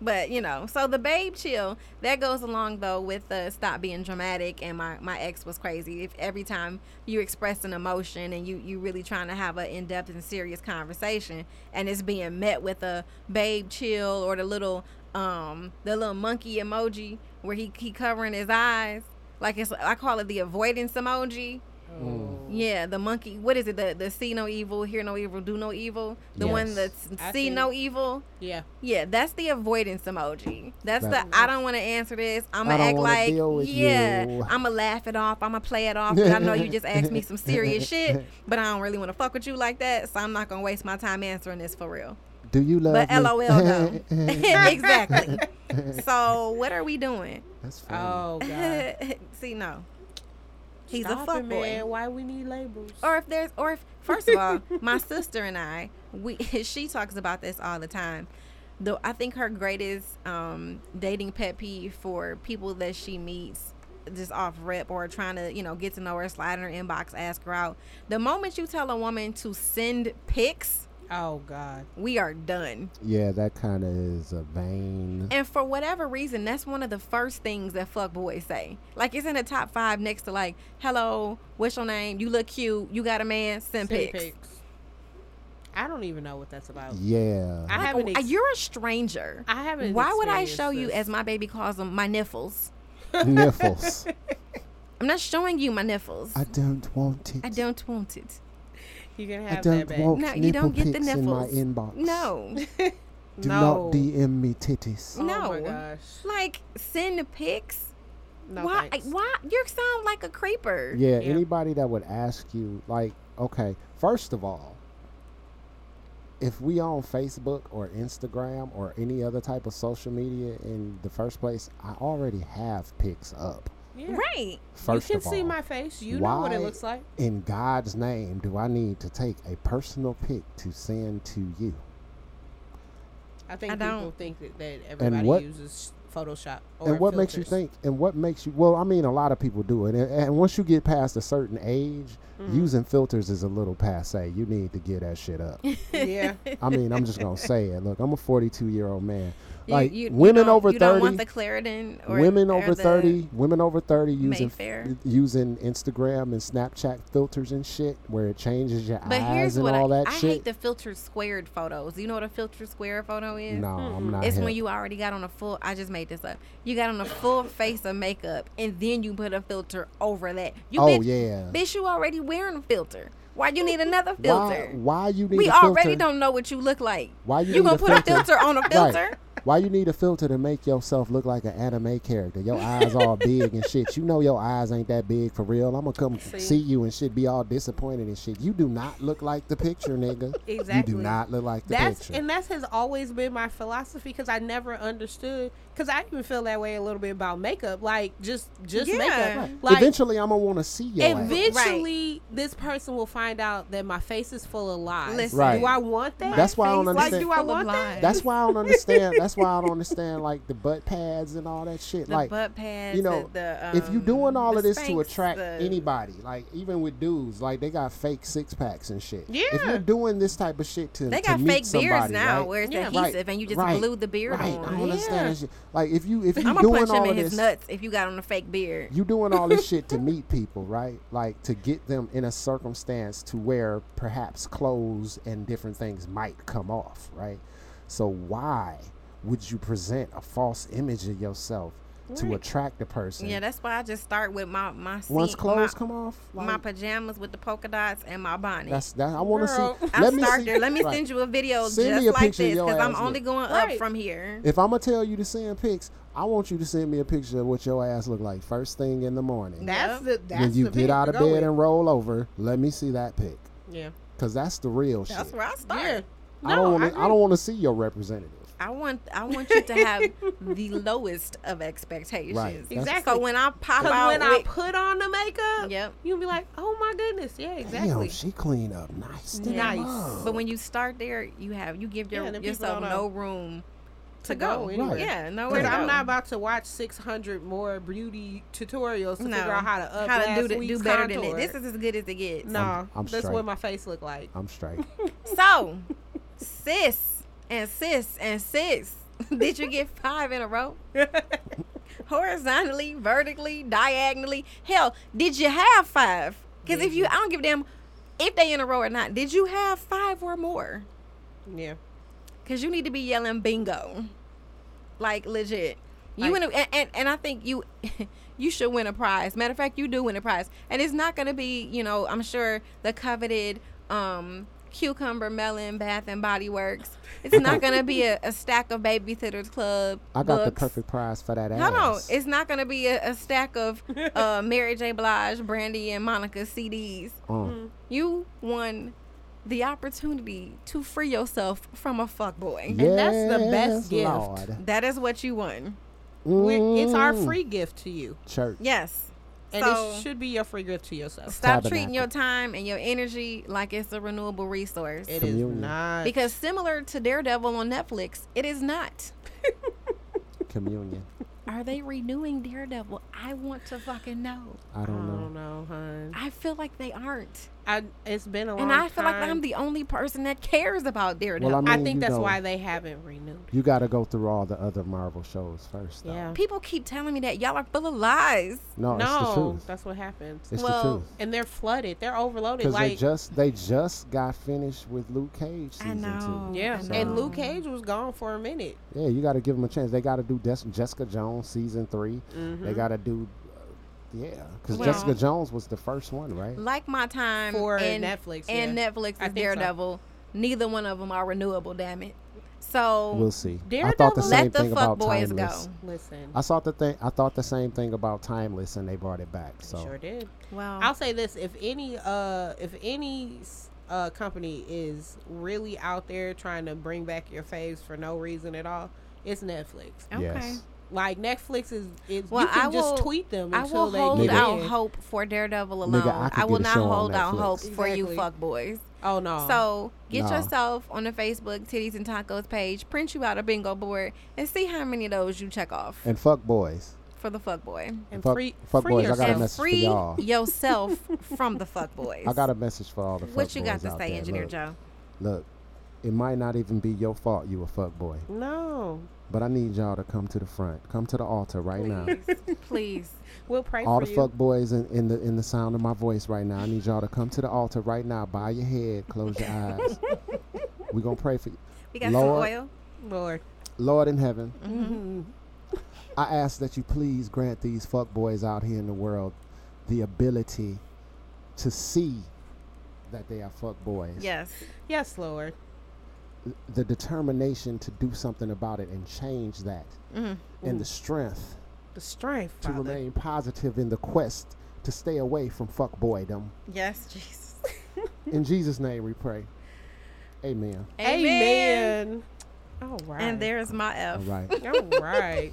C: But, you know, so the babe chill, that goes along, though, with the stop being dramatic and my, my ex was crazy. If every time you express an emotion and you, you really trying to have an in depth and serious conversation and it's being met with a babe chill or the little, um, the little monkey emoji where he, he covering his eyes. Like it's, I call it the avoidance emoji.
B: Mm.
C: Yeah, the monkey. What is it? The the see no evil, hear no evil, do no evil. The one
B: Yes.
C: that's
D: I
C: see
D: think-
C: no evil.
D: Yeah.
C: Yeah, that's the avoidance emoji. That's
B: That-
C: the I don't want to answer this. I'm
B: I
C: gonna
B: don't
C: act
B: wanna
C: like
B: deal with
C: yeah.
B: you.
C: I'm gonna laugh it off. I'm gonna play it off. 'cause I know you just asked me some serious shit, but I don't really want to fuck with you like that. So I'm not gonna waste my time answering this for real.
B: Do you love
C: But
B: me?
C: LOL though. exactly. So what are we doing?
B: That's funny.
D: Oh god.
C: see no. He's
D: Stop
C: a
D: it,
C: fuckboy.
D: man. Why we need labels?
C: or if there's or if first of all my sister and i we she talks about this all the time though i think her greatest um dating pet peeve for people that she meets just off rip or trying to you know get to know her slide in her inbox ask her out the moment you tell a woman to send pics
D: oh god.
C: we are done
B: Yeah, that kind of is a vain.
C: and for whatever reason that's one of the first things that fuck boys say like it's in the top five next to like hello what's your name you look cute you got a man send,
D: Send
C: pics.
D: pics. I don't even know what that's about.
B: Yeah.
D: I
C: Like,
D: haven't.
C: uh,
D: Ex-
C: you're a stranger.
D: I haven't.
C: Why would I
D: experienced
C: show you,
D: this.
C: as my baby calls them, my niffles?
B: Niffles.
C: I'm not showing you my niffles.
B: I don't want it.
C: I don't want it.
D: You can
B: I
D: have that
B: don't
D: back.
B: want
C: No,
B: nipple
C: you don't get the
B: pics in my
C: nipples.
B: inbox.
C: No, Mm.
B: Do
D: no.
B: not DM me titties.
D: Oh my
C: No.
D: gosh.
C: like send the pics.
D: No
C: why?
D: thanks.
C: Why you sound like a creeper?
B: Yeah,
D: Yeah.
B: anybody that would ask you, like, okay, first of all, if we on Facebook or Instagram or any other type of social media in the first place, I already have pics up.
D: Yeah.
C: Right.
B: First
D: you
B: of
D: can
B: all,
D: see my face. You know what
B: why-
D: it looks like.
B: in God's name do I need to take a personal pic to send to you?
D: I think
C: I
D: people
C: don't.
D: think that, that everybody
B: what-
D: uses Photoshop. Or
B: and what makes you think
D: filters.
B: and what makes you well i mean a lot of people do it and, and once you get past a certain age
C: Mm-hmm.
B: using filters is a little passe you need to get that shit up
D: Yeah.
B: i mean i'm just gonna say it look i'm a 42 year old man
C: You-
B: like
C: you- you
B: women
C: don't-
B: over
C: You
B: 30
C: don't want the Claritin. Or,
B: women
C: or
B: over
C: the-
B: 30 women over 30 using f-
C: Mayfair.
B: using instagram and snapchat filters and shit where it changes your
C: But
B: eyes
C: here's
B: and
C: what
B: all
C: I,
B: that
C: I
B: shit
C: hate: the filtered squared photos. You know what a filtered square photo is?
B: no i'm not
C: It's
B: hip.
C: when you already got on a full. I just made this up. You got on a full face of makeup, and then you put a filter over that. You
B: oh
C: bitch,
B: yeah
C: bitch, you already wearing a filter. Why you need another
B: why
C: filter?
B: why you need
C: we
B: a filter?
C: already don't know what you look like.
B: Why you
C: you
B: need
C: gonna
B: a
C: put a
B: filter?
C: filter on a
B: Right.
C: filter?
B: Why you need a filter to make yourself look like an anime character? Your eyes all big and shit. You know your eyes ain't that big for real. I'm gonna come
D: See?
B: see, you and shit, be all disappointed and shit. You do not look like the picture, nigga.
D: Exactly.
B: You do not look like the
D: that's
B: picture.
D: and that has always been my philosophy because I never understood because I even feel that way a little bit about makeup, like just just
C: Yeah.
D: makeup.
C: Right.
D: Like
B: Eventually, I'm gonna want to see your ass.
D: eventually, this person will find out that my face is full of lies.
C: Listen.
B: Right.
D: Do I want that?
B: That's why I don't
D: Like,
B: understand.
D: do I
C: Full of
D: want that?
C: lies.
B: That's why I don't understand. That's why I don't understand like the butt pads and all that shit.
C: The
B: like
C: butt pads.
B: you know,
C: the, the,
B: if you
C: um,
B: doing all
C: the
B: of this to
C: Spanx,
B: attract
C: the-
B: anybody, like even with dudes, like they got fake six packs and shit. If
D: Yeah.
B: you're doing this type of shit to
C: They
B: to
C: got
B: meet
C: fake beards
B: somebody,
C: now
B: right?
C: where it's
D: Yeah.
C: adhesive and you just
B: right,
C: glue the beard
B: right. I
C: on.
B: don't
D: Yeah.
B: understand that shit. Like if you if you
C: I'm gonna
B: doing
C: punch him
B: all
C: in
B: of
C: his
B: this,
C: nuts if you got on a fake beard.
B: you doing all this shit to meet people, right? Like to get them in a circumstance to where perhaps clothes and different things might come off, right? So why would you present a false image of yourself to
D: Right.
B: attract the person?
C: Yeah, that's why I just start with my my seat,
B: Once clothes
C: my,
B: come off,
C: my
B: like,
C: pajamas with the polka dots and my bonnet.
B: that's that. I want to
D: Girl.
B: see.
C: I'm
B: let me
C: start
B: see-
C: there. Let me
B: right.
C: send you a video
B: Send
C: just
B: me a
C: like
B: picture of
C: this
B: your
C: because I'm
B: ass
C: only
B: look.
C: going
D: Right.
C: up from here.
B: If I'm gonna tell you to send pics, I want you to send me a picture of what your ass look like first thing in the morning.
D: That's
C: Yep.
D: the that's
B: when you
D: the
B: get
D: pick
B: out
D: to
B: of
D: go
B: bed
D: with.
B: and roll over, let me see that pic,
D: yeah,
B: cause that's the real shit.
C: That's where I start.
D: yeah.
B: I don't
D: No,
B: want
D: I
B: to. I, don't want to see your representative.
C: I want I want you to have the lowest of expectations.
B: Right.
D: Exactly.
C: So when I pop
D: Because
C: out,
D: when I
C: with-
D: put on the makeup,
C: Yep.
D: you'll be like, oh my goodness, yeah, exactly.
B: Damn, she clean up nice. uh. to the
D: Nice.
B: mug.
C: but when you start there, you have you give your,
D: Yeah, then people
C: yourself
D: don't
C: no room to, go.
D: go anywhere.
C: Yeah, nowhere
D: Because
C: to
D: I'm
C: go.
D: not about to watch 600 more beauty tutorials to
C: No.
D: figure out how to up
C: how to do,
D: last
C: th- do
D: week's
C: better than
D: contour.
C: this. This is as good as it gets.
D: no,
B: I'm- I'm
D: that's
B: straight.
D: what my face look like.
B: I'm straight.
C: So, sis and sis and sis, did you get five in a row? Horizontally, vertically, diagonally. Hell, did you have five? Because if you,
B: Mm-hmm.
C: I don't give a damn if they in a row or not. Did you have five or more?
D: Yeah,
C: Because you need to be yelling bingo, like legit. You win,
D: Like-
C: a, and, and and I think you you should win a prize. Matter of fact, you do win a prize, and it's not going to be you know I'm sure the coveted um, cucumber melon Bath and Body Works. It's not going to be a, a stack of Babysitters Club.
B: I got the
C: books.
B: perfect prize for that
C: No,
B: ass.
C: no, it's not going to be a, a stack of uh, Mary J. Blige, Brandy, and Monica CDs.
B: Mm.
C: You won the opportunity to free yourself from a fuckboy.
D: And that's the
B: Yes,
D: best gift.
B: Lord.
C: That is what you won.
D: We- it's our
B: Mm.
D: free gift to you,
B: church.
C: Yes.
D: and
C: so
D: it should be your free gift to yourself.
C: stop
B: Tabernacle.
C: treating your time and your energy like it's a renewable resource.
D: It is
B: Communion.
D: not
C: because similar to Daredevil on Netflix, it is not.
B: Communion.
C: Are they renewing Daredevil? I want to fucking know.
B: I
D: I
B: don't know.
D: don't know, hun.
C: I feel like they aren't.
D: I, it's been a long
C: and I feel like
D: time.
C: I'm the only person that cares about Daredevil.
B: Well, I mean,
D: I
B: you
D: think that's
B: know,
D: why they haven't renewed.
B: you got to go through all the other Marvel shows first. Though.
D: Yeah.
C: People keep telling me that y'all are full of lies.
B: No, it's the
D: no,
B: truth.
D: that's what happens.
B: it's
C: well,
B: the truth.
D: And they're flooded. They're overloaded.
B: Because
D: Like
B: they just they just got finished with Luke Cage
C: I
B: season
C: know.
B: two.
D: Yeah,
C: I
D: and
C: know.
D: Luke Cage was gone for a minute.
B: Yeah, you got to give them a chance. They got to do Des- Jessica Jones season 3 They got to do, uh, yeah, because
C: Mm-hmm. Well-
B: Jessica Jones was the first one, right?
C: Like my time
D: For
C: and,
D: Netflix,
C: and
D: yeah.
C: Netflix
D: I
C: is
D: think so.
C: Daredevil. Neither one of them are renewable. Damn it. So
B: We'll see. I thought the
D: Daredevil-
B: same
C: let the
B: thing
C: fuck
B: about
C: boys
B: Timeless.
C: go.
D: Listen,
B: I thought the thing. I thought the same thing about Timeless, and they brought it back.
D: I
B: So
D: sure did.
C: Wow.
D: I'll say this: if any, uh, if any s- uh, company is really out there trying to bring back your faves for no reason at all, it's Netflix.
C: okay.
B: yes,
D: Like Netflix is, is
C: Well,
D: you can
C: I
D: just
C: will-
D: tweet them.
C: I
D: until
C: will
D: they
C: hold
D: get
C: out
D: in.
C: hope for Daredevil alone.
B: Nigga, I could
C: I, will
B: get a
C: not
B: show on
C: hold out
B: Netflix.
C: hope for you
D: Exactly.
C: fuck boys.
D: Oh no!
C: So get
B: Nah.
C: yourself on the Facebook Titties and Tacos page, print you out a bingo board, and see how many of those you check off
B: and fuck boys.
C: for the fuck boy.
D: and
B: fuck-
D: free,
B: fuck
D: free
B: boys, I got a
D: yourself.
C: And
B: message for
C: free
B: y'all.
C: yourself from the fuck boys.
B: I got a message for all the.
C: what you got
B: fuckboys
C: to
B: out
C: say,
B: there.
C: Engineer
B: look,
C: Joe?
B: Look, it might not even be your fault. You a fuck boy,
D: No,
B: but I need y'all to come to the front. Come to the altar right now.
C: Please.
D: we'll pray
B: all
D: for
B: the
D: you.
B: fuck boys in, in the in the sound of my voice right now. I need y'all to come to the altar right now. Bow your head, close your eyes. We're gonna pray for you.
C: We got
B: Lord.
C: some oil.
D: Lord.
B: Lord in heaven,
D: Mhm.
B: I ask that you please grant these fuck boys out here in the world the ability to see that they are fuck boys.
C: Yes.
D: Yes, Lord.
B: the determination to do something about it and change that,
C: Mhm.
B: and the strength
D: The strength,
B: to
D: Mm-hmm. Father.
B: remain positive in the quest to stay away from fuckboydom.
C: Yes, Jesus.
B: In Jesus' name we pray. Amen.
D: Amen. All right.
C: And there is my F.
B: All right.
D: All right.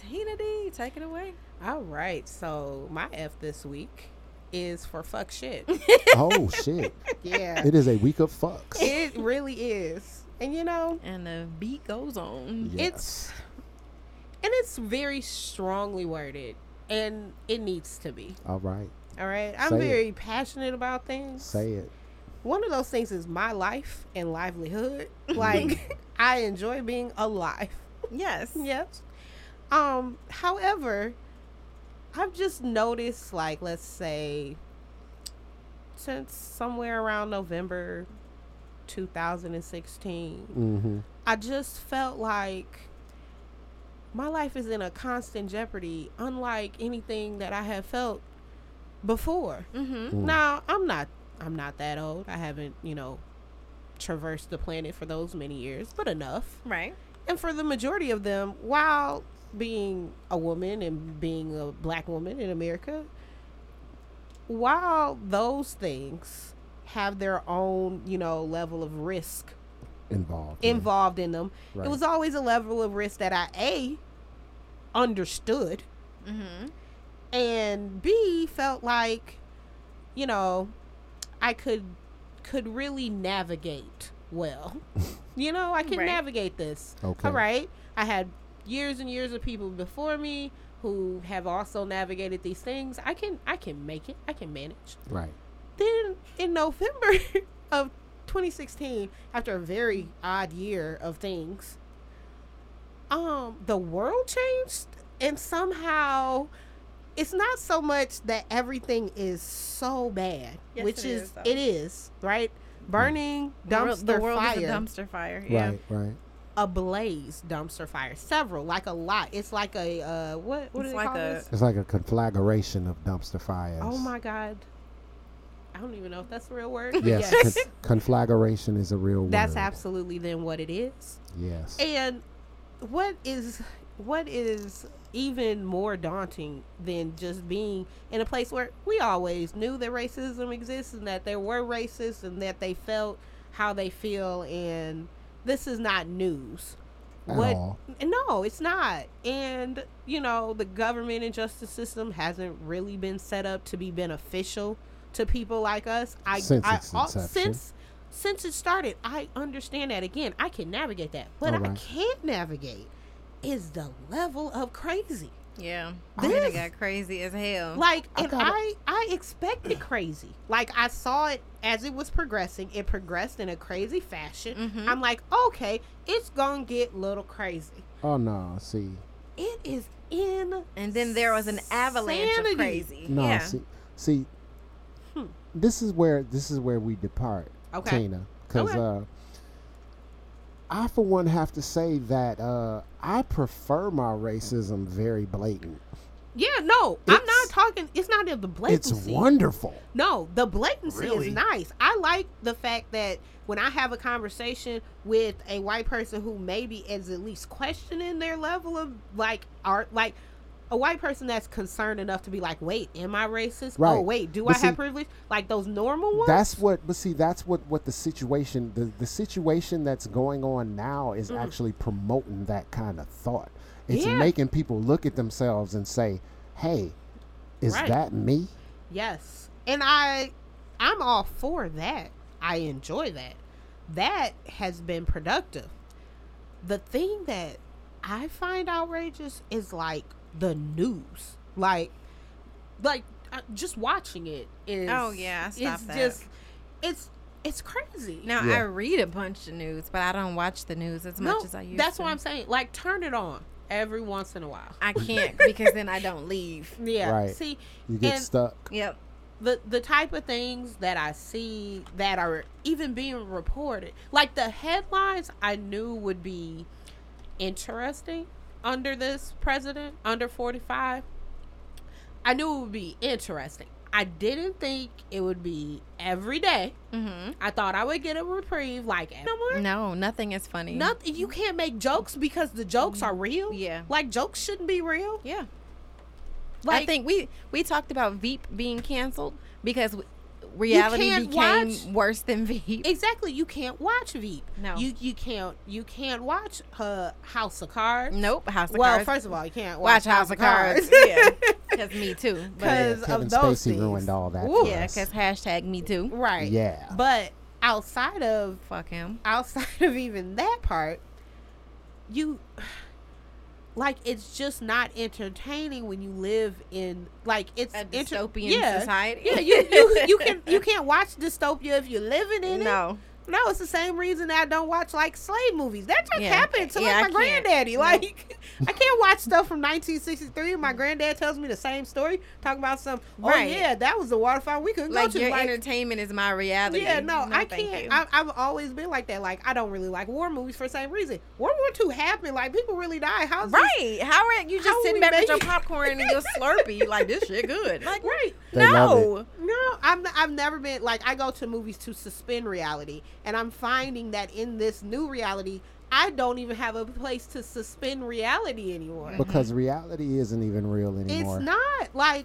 C: Tina D, take it away.
D: All right. So my F this week is for fuck shit.
B: oh shit.
D: Yeah.
B: It is a week of fucks.
D: it really is. And you know,
C: And the beat goes on.
B: Yeah.
D: it's and it's very strongly worded and it needs to be.
B: All right.
D: All right. I'm
B: Say it.
D: very passionate about things.
B: Say it.
D: One of those things is my life and livelihood. Like I enjoy being alive.
C: Yes.
D: Yes. Um, however, I've just noticed like let's say since somewhere around November 2016,
B: Mm-hmm.
D: I just felt like my life is in a constant jeopardy unlike anything that I have felt before.
C: Mm-hmm.
D: Now, I'm not I'm not that old. I haven't, you know, traversed the planet for those many years, but enough.
C: Right.
D: And for the majority of them, while being a woman and being a black woman in America, while those things have their own, you know, level of risk
B: Involved. yeah.
D: involved in them,
B: Right.
D: it was always a level of risk that I A understood
C: Mm-hmm.
D: and B felt like, you know, I could could really navigate well. you know, I can
C: Right.
D: navigate this.
B: Okay.
D: All right. I had years and years of people before me who have also navigated these things. I can I can make it. I can manage.
B: Right.
D: Then in November of 2016, after a very odd year of things, um the world changed and somehow it's not so much that everything is so bad,
C: Yes,
D: which
C: it
D: is,
C: is, though. Mm-hmm.
D: it is, right? Burning dumpster
C: the world
D: fire
C: is a dumpster fire. Yeah.
B: Right. Right.
D: a blaze dumpster fire several like a lot it's like a uh what
C: It's
D: what do they
C: like
D: call
C: a-
D: this
B: It's like a conflagration of dumpster fires.
D: oh my god i don't even know if that's the real word
B: Yes. con- conflagration is a real word.
D: that's absolutely then what it is
B: Yes.
D: and what is what is even more daunting than just being in a place where we always knew that racism exists and that there were racists and that they felt how they feel and this is not news
B: At all.
D: no it's not and you know the government and justice system hasn't really been set up to be beneficial to people like us i
B: Since
D: I,
B: its
D: al-
B: inception.
D: since since it started i understand that again i can navigate that but i
B: Alright.
D: can't navigate is the level of crazy
C: Yeah.
D: This-
C: Tina got crazy as hell.
D: like
B: I
D: and
B: gotta-
D: I, I expected crazy like i saw it as it was progressing it progressed in a crazy fashion
C: Mhm.
D: i'm like okay it's gonna get little crazy
B: Oh no. See.
D: it is in
C: and then there was an avalanche
D: Sanity.
C: of crazy.
B: No.
C: yeah.
B: See. See.
D: Hmm.
B: This is where this is where we depart,
D: Okay.
B: Tina, because
D: Okay.
B: uh, I for one have to say that uh, I prefer my racism very blatant.
D: Yeah, no, I'm not
B: It's-
D: talking. It's not of the
B: It's
D: blatancy.
B: wonderful.
D: No, the blatancy
B: Really?
D: is nice. I like the fact that when I have a conversation with a white person who maybe is at least questioning their level of like art, like a white person that's concerned enough to be like, "Wait, am I racist? Oh,
B: Right.
D: wait, do
B: But
D: I have
B: see-
D: privilege?" Like those normal ones.
B: That's what, but see, that's what what the situation, the the situation that's going on now is actually promoting that kind of thought. It's
D: Mm. Yeah.
B: making people look at themselves and say, "Hey, is
D: Right.
B: that me?"
D: Yes. And I I'm all for that. I enjoy that. That has been productive. The thing that I find outrageous is like the news. Like like uh, just watching it is
C: Oh, yeah, I stopped
D: it's
C: that.
D: just it's it's crazy.
C: Now
B: Yeah.
C: I read a bunch of news, but I don't watch the news as much as I used
D: that's
C: to.
D: what I'm saying. Like turn it on every once in a while.
C: I can't because then I don't leave.
D: Yeah.
B: Right.
D: See
B: You get
D: and-
B: stuck.
C: Yep.
D: the the type of things that I see that are even being reported, like the headlines I knew would be interesting under this president under 45. I knew it would be interesting. I didn't think it would be every day.
C: Mm-hmm.
D: I thought I would get a reprieve, like no more.
C: No, nothing is funny.
D: Nothing. You can't make jokes because the jokes are real.
C: Yeah.
D: Like jokes shouldn't be real.
C: Yeah. I
D: Like,
C: think we we talked about Veep being canceled because w- reality
D: can't
C: became
D: watch-
C: worse than Veep.
D: exactly. You can't watch Veep.
C: No.
D: You you can't you can't watch her House of Cards.
C: nope, Mm, House of
D: well,
C: Cards.
D: first of all, you can't
C: watch
D: watch,
C: House of Cards. yeah, because me too. But,
D: because
B: Kevin
D: of those
B: Spacey
D: things.
B: ruined all that.
D: Ooh.
B: for
C: yeah,
B: us.
C: because hashtag me too.
D: Right.
B: Yeah.
D: But outside of
C: Fuck him.
D: outside of even that part, you like it's just not entertaining when you live in like it's
C: A
D: enter-
C: dystopian
D: yeah.
C: society.
D: Yeah, you, you you can you can't watch dystopia if you're living in it.
C: no.
D: No, it's the same reason I don't watch like slave movies. That just
C: Yeah.
D: happened to
C: Yeah, I
D: like my
C: can't.
D: granddaddy.
C: No.
D: Like I can't watch stuff from 1963. My granddad tells me the same story, talking about some.
C: Right.
D: Oh yeah, that was the waterfall we couldn't
C: Like
D: go
C: your
D: to. Like,
C: entertainment is my reality.
D: yeah, no, I
C: thank you.
D: can't. I, I've always been like that. Like I don't really like war movies for the same reason. World War Two happened. Like people really died. How's this-
C: Right? How are you
D: How
C: just sitting
D: we
C: back with your
D: make-
C: popcorn and your Slurpee? Like this shit good. Like
D: Right.
B: They love it.
C: no.
D: No, I'm. I've never been like I go to movies to suspend reality, and I'm finding that in this new reality, I don't even have a place to suspend reality anymore.
B: Because reality isn't even real anymore.
D: It's not like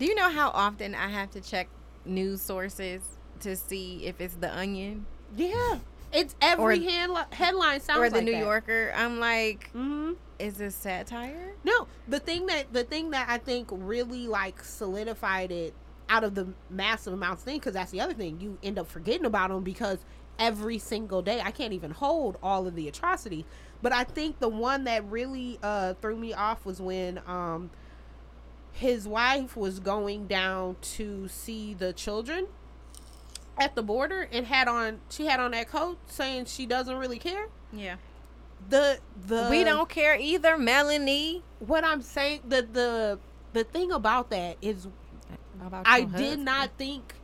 C: Do you know how often I have to check news sources to see if it's the Onion
D: yeah. It's every
C: Or-
D: hand, headline sounds
C: or the
D: like
C: New
D: that.
C: Yorker? I'm like,
D: Mhm.
C: is this satire?
D: No, the thing that the thing that I think really like solidified it out of the massive amounts thing because that's the other thing you end up forgetting about them because every single day I can't even hold all of the atrocities. But I think the one that really uh, threw me off was when um, his wife was going down to see the children at the border and had on she had on that coat saying she doesn't really care.
C: Yeah.
D: The the
C: we don't care either, Melanie.
D: what I'm saying the the the thing about that is
C: About
D: I
C: your
D: did
C: husband.
D: not think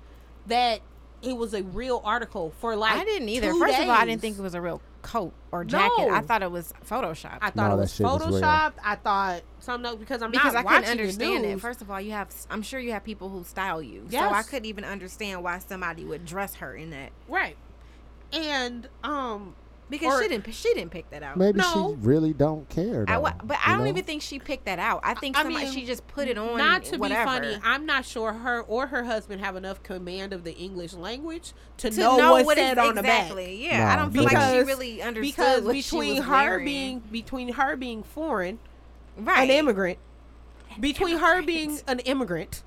D: that it was a real article for like
C: I didn't either.
D: two
C: First of all, I
D: days.
C: didn't think it was a real coat or jacket. I
D: No.
C: thought it was Photoshop.
D: I thought
B: No,
D: it
B: that
D: was
B: shit was real.
D: photoshopped. I thought something else because I'm
C: because
D: not
C: I couldn't
D: watching
C: understand
D: the
C: it.
D: news.
C: First of all, you have I'm sure you have people who style you. So I
D: Yes.
C: couldn't even understand why somebody would dress her in that.
D: Right. And um
C: Because
D: Or-
C: she didn't she didn't pick that out.
B: Maybe
D: No.
B: she really don't care.
C: I
B: though,
C: wa- but
B: you
C: I don't
B: know?
C: even think she picked that out. I think
D: I
C: somebody,
D: mean,
C: she just put it on.
D: not to
C: whatever.
D: be funny, I'm not sure her or her husband have enough command of the English language to,
C: to
D: know, what's
C: what is
D: said on the back.
C: exactly. Yeah, I
B: No,
C: don't feel like she
D: because-
C: really understood
D: Because
C: what
D: between
C: she was
D: her
C: wearing.
D: being between her being foreign
C: right.
D: an immigrant between her
C: immigrant.
D: being an immigrant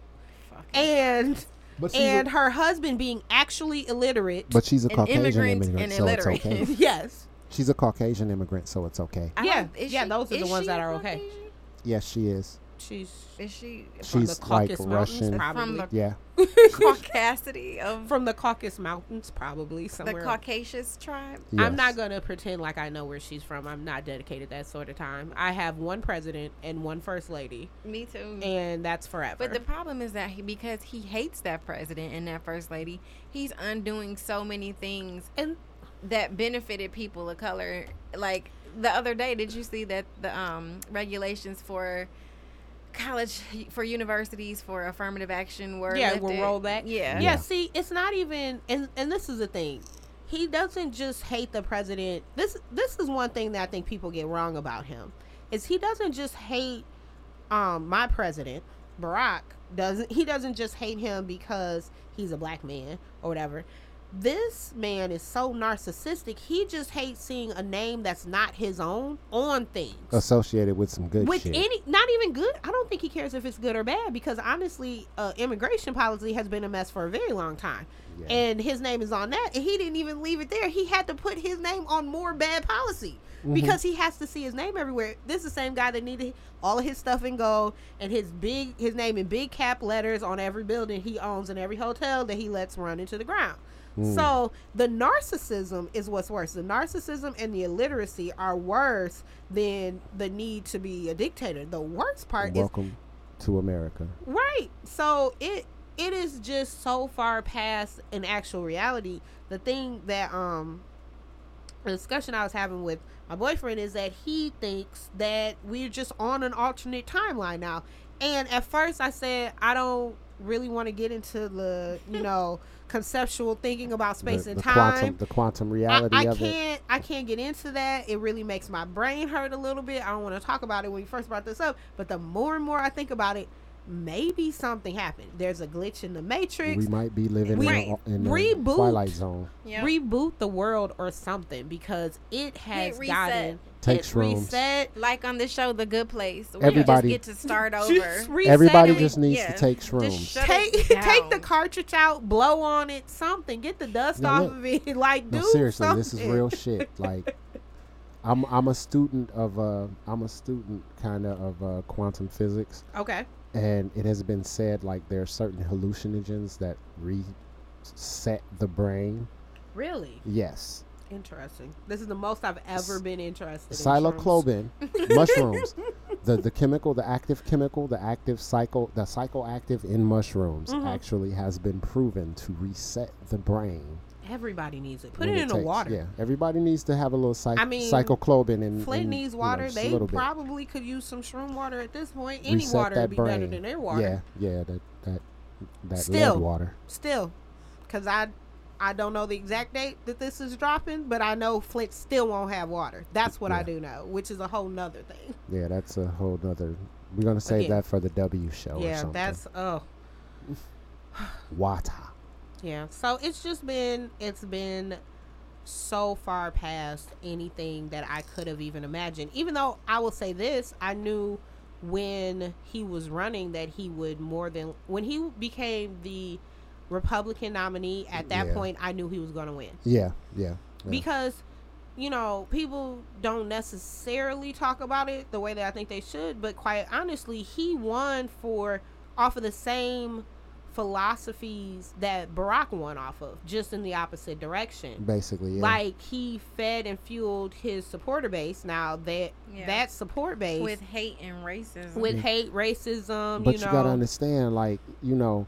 C: Fuck.
D: and
B: But she's
D: and
B: a,
D: her husband being actually illiterate.
B: but she's a
C: An
B: Caucasian
C: immigrant
B: immigrant,
C: and
B: so it's
C: illiterate.
B: okay.
D: yes,
B: She's a Caucasian immigrant, so it's okay.
C: I
D: yeah,
C: don't- Uh-huh. is
D: yeah,
C: she-
D: those are the
C: is
D: ones
C: she
D: that
C: a
D: are okay.
C: Caucasian?
B: Yes, she is.
D: she's
C: Is she from
B: She's like
D: Caucasus Mountains?
B: Russian.
D: Probably.
C: From the-
B: Yeah.
C: the Caucasity of
D: from the Caucasus Mountains, probably
C: the
D: somewhere.
C: Caucasus tribe?
D: I'm
B: yes.
D: not gonna pretend like I know where she's from. I'm not dedicated that sort of time. I have one president and one first lady,
C: Me too.
D: and that's forever.
C: But the problem is that he, because he hates that president and that first lady, he's undoing so many things
D: and
C: that benefited people of color. Like the other day, did you see that the um, regulations for college for universities for affirmative action were
D: yeah, we'll
C: lifted?
D: roll back.
C: Yeah,
D: yeah.
B: Yeah.
D: See, it's not even, and and this is the thing. He doesn't just hate the president. This this is one thing that I think people get wrong about him is he doesn't just hate um my president Barack. Doesn't he doesn't just hate him because he's a black man or whatever. This man is so narcissistic. He just hates seeing a name that's not his own on things
B: associated with some good
D: with
B: shit.
D: any not even good i don't think he cares if it's good or bad because honestly uh, immigration policy has been a mess for a very long time
B: Yeah.
D: and his name is on that and he didn't even leave it there he had to put his name on more bad policy
B: Mm-hmm.
D: because he has to see his name everywhere this is the same guy that needed all of his stuff in gold and his big his name in big cap letters on every building he owns and every hotel that he lets run into the ground so the narcissism is what's worse. The narcissism and the illiteracy are worse than the need to be a dictator. The worst part
B: Welcome to America.
D: is right. So it it is just so far past an actual reality. The thing that um the discussion I was having with my boyfriend is that he thinks that we're just on an alternate timeline now. And at first I said I don't really want to get into the you know conceptual thinking about space
B: the,
D: and
B: the
D: time,
B: quantum, the quantum
D: I,
B: reality
D: I
B: of it.
D: can't I can't get into that. It really makes my brain hurt a little bit. I don't want to talk about it when you first brought this up, but the more and more I think about it, maybe something happened. There's a glitch in the matrix.
B: We might be living
D: We-
B: in, a, in the
D: Reboot.
B: twilight zone.
C: Yeah.
D: Reboot the world or something because it has
C: reset.
D: gotten
B: Take
D: it
B: shrooms.
D: reset.
C: like on the show, The Good Place. We
B: Everybody-
C: just get to start
D: Just
C: over.
D: reset
B: Everybody
D: it.
B: just needs
C: yeah.
B: to take
C: Just
B: shrooms.
C: shut
D: take
C: us
D: take the
C: down.
D: cartridge out, blow on it, something. Get the dust
B: No,
D: off
B: look.
D: of it. Like,
B: no,
D: dude,
B: seriously, this is
D: something.
B: real shit. Like, I'm I'm a student of uh I'm a student kind of of uh, quantum physics,
D: Okay.
B: and it has been said like there are certain hallucinogens that reset the brain.
D: Really
B: Yes,
D: interesting. This is the most I've ever been interested. in shrooms.
B: psilocybin mushrooms the the chemical the active chemical the active psycho the psychoactive in mushrooms
D: Mhm.
B: actually has been proven to reset the brain
D: Everybody needs it. Put
B: when
D: it in the
B: takes-
D: water.
B: yeah everybody needs to have a little psych-
D: I mean,
B: psychoclobin and
D: Flint
B: and,
D: needs
B: Mm, you know,
D: water.
B: just a
D: they
B: little bit.
D: probably could use some shroom water at this point. Any
B: Reset
D: water
B: that
D: would be better
B: brain.
D: than their water.
B: yeah yeah that that that
D: Still.
B: lead water
D: Still, because I. I don't know the exact date that this is dropping, but I know Flint still won't have water. That's what I
B: Yeah.
D: do know, which is a whole nother thing.
B: yeah that's a whole nother we're gonna save
D: Again.
B: that for the W show or
D: yeah,
B: something.
D: that's oh,
B: water.
D: Yeah. So it's just been it's been so far past anything that I could have even imagined. Even though I will say this, I knew when he was running that he would more than when he became the Republican nominee at that
B: Yeah.
D: point I knew he was going to win.
B: Yeah, yeah, yeah.
D: Because you know, people don't necessarily talk about it the way that I think they should, but quite honestly, he won for off of the same philosophies that Barack won off of, just in the opposite direction.
B: Basically, yeah.
D: Like he fed and fueled his supporter base. Now that
C: Yeah.
D: that support base
C: with
D: with,
C: hate and racism.
D: hate, racism,
B: but
D: you
B: you,
D: know,
B: gotta understand, like you know,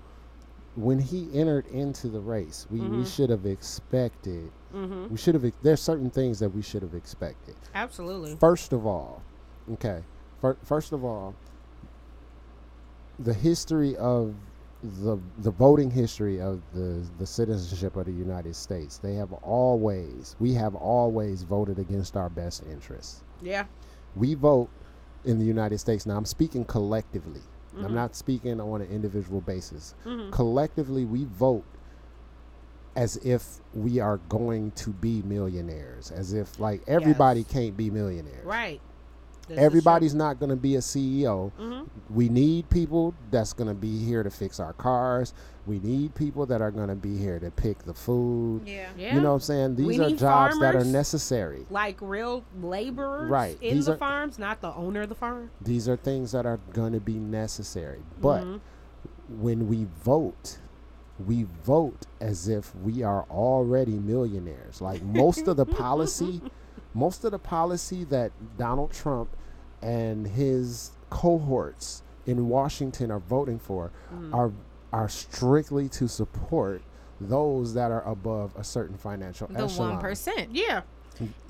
B: when he entered into the race, we, we
D: Mhm.
B: should have expected.
D: hmm
B: We should have. There's certain things that we should have expected.
D: absolutely,
B: First of all, okay. Fir- first of all, the history of the the voting history of the the citizenship of the United States. They have always we have always voted against our best interests.
D: yeah,
B: we vote in the United States. Now I'm speaking collectively. I'm
D: Mhm.
B: not speaking on an individual basis.
D: hmm
B: Collectively, we vote as if we are going to be millionaires, as if like everybody can't be millionaires.
D: right. This is
B: Everybody's not going to be a CEO.
D: true. Mhm.
B: We need people that's going to be here to fix our cars. We need people that are going to be here to pick the food.
C: yeah.
D: yeah,
B: You know what I'm saying? These
D: We
B: are
D: need
B: jobs that are
D: farmers.
B: necessary.
D: like real laborers
B: Right.
D: in
B: These
D: the
B: are-
D: farms, not the owner of the farm.
B: These are things that are going to be necessary. But
D: Mhm.
C: Mm-hmm.
B: when we vote, we vote as if we are already millionaires. Like most of the policy, most of the policy that Donald Trump and his cohorts in Washington are voting for
C: Mm.
B: are are strictly to support those that are above a certain financial
C: The
B: echelon.
C: one percent,
D: yeah,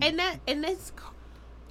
D: and that and that's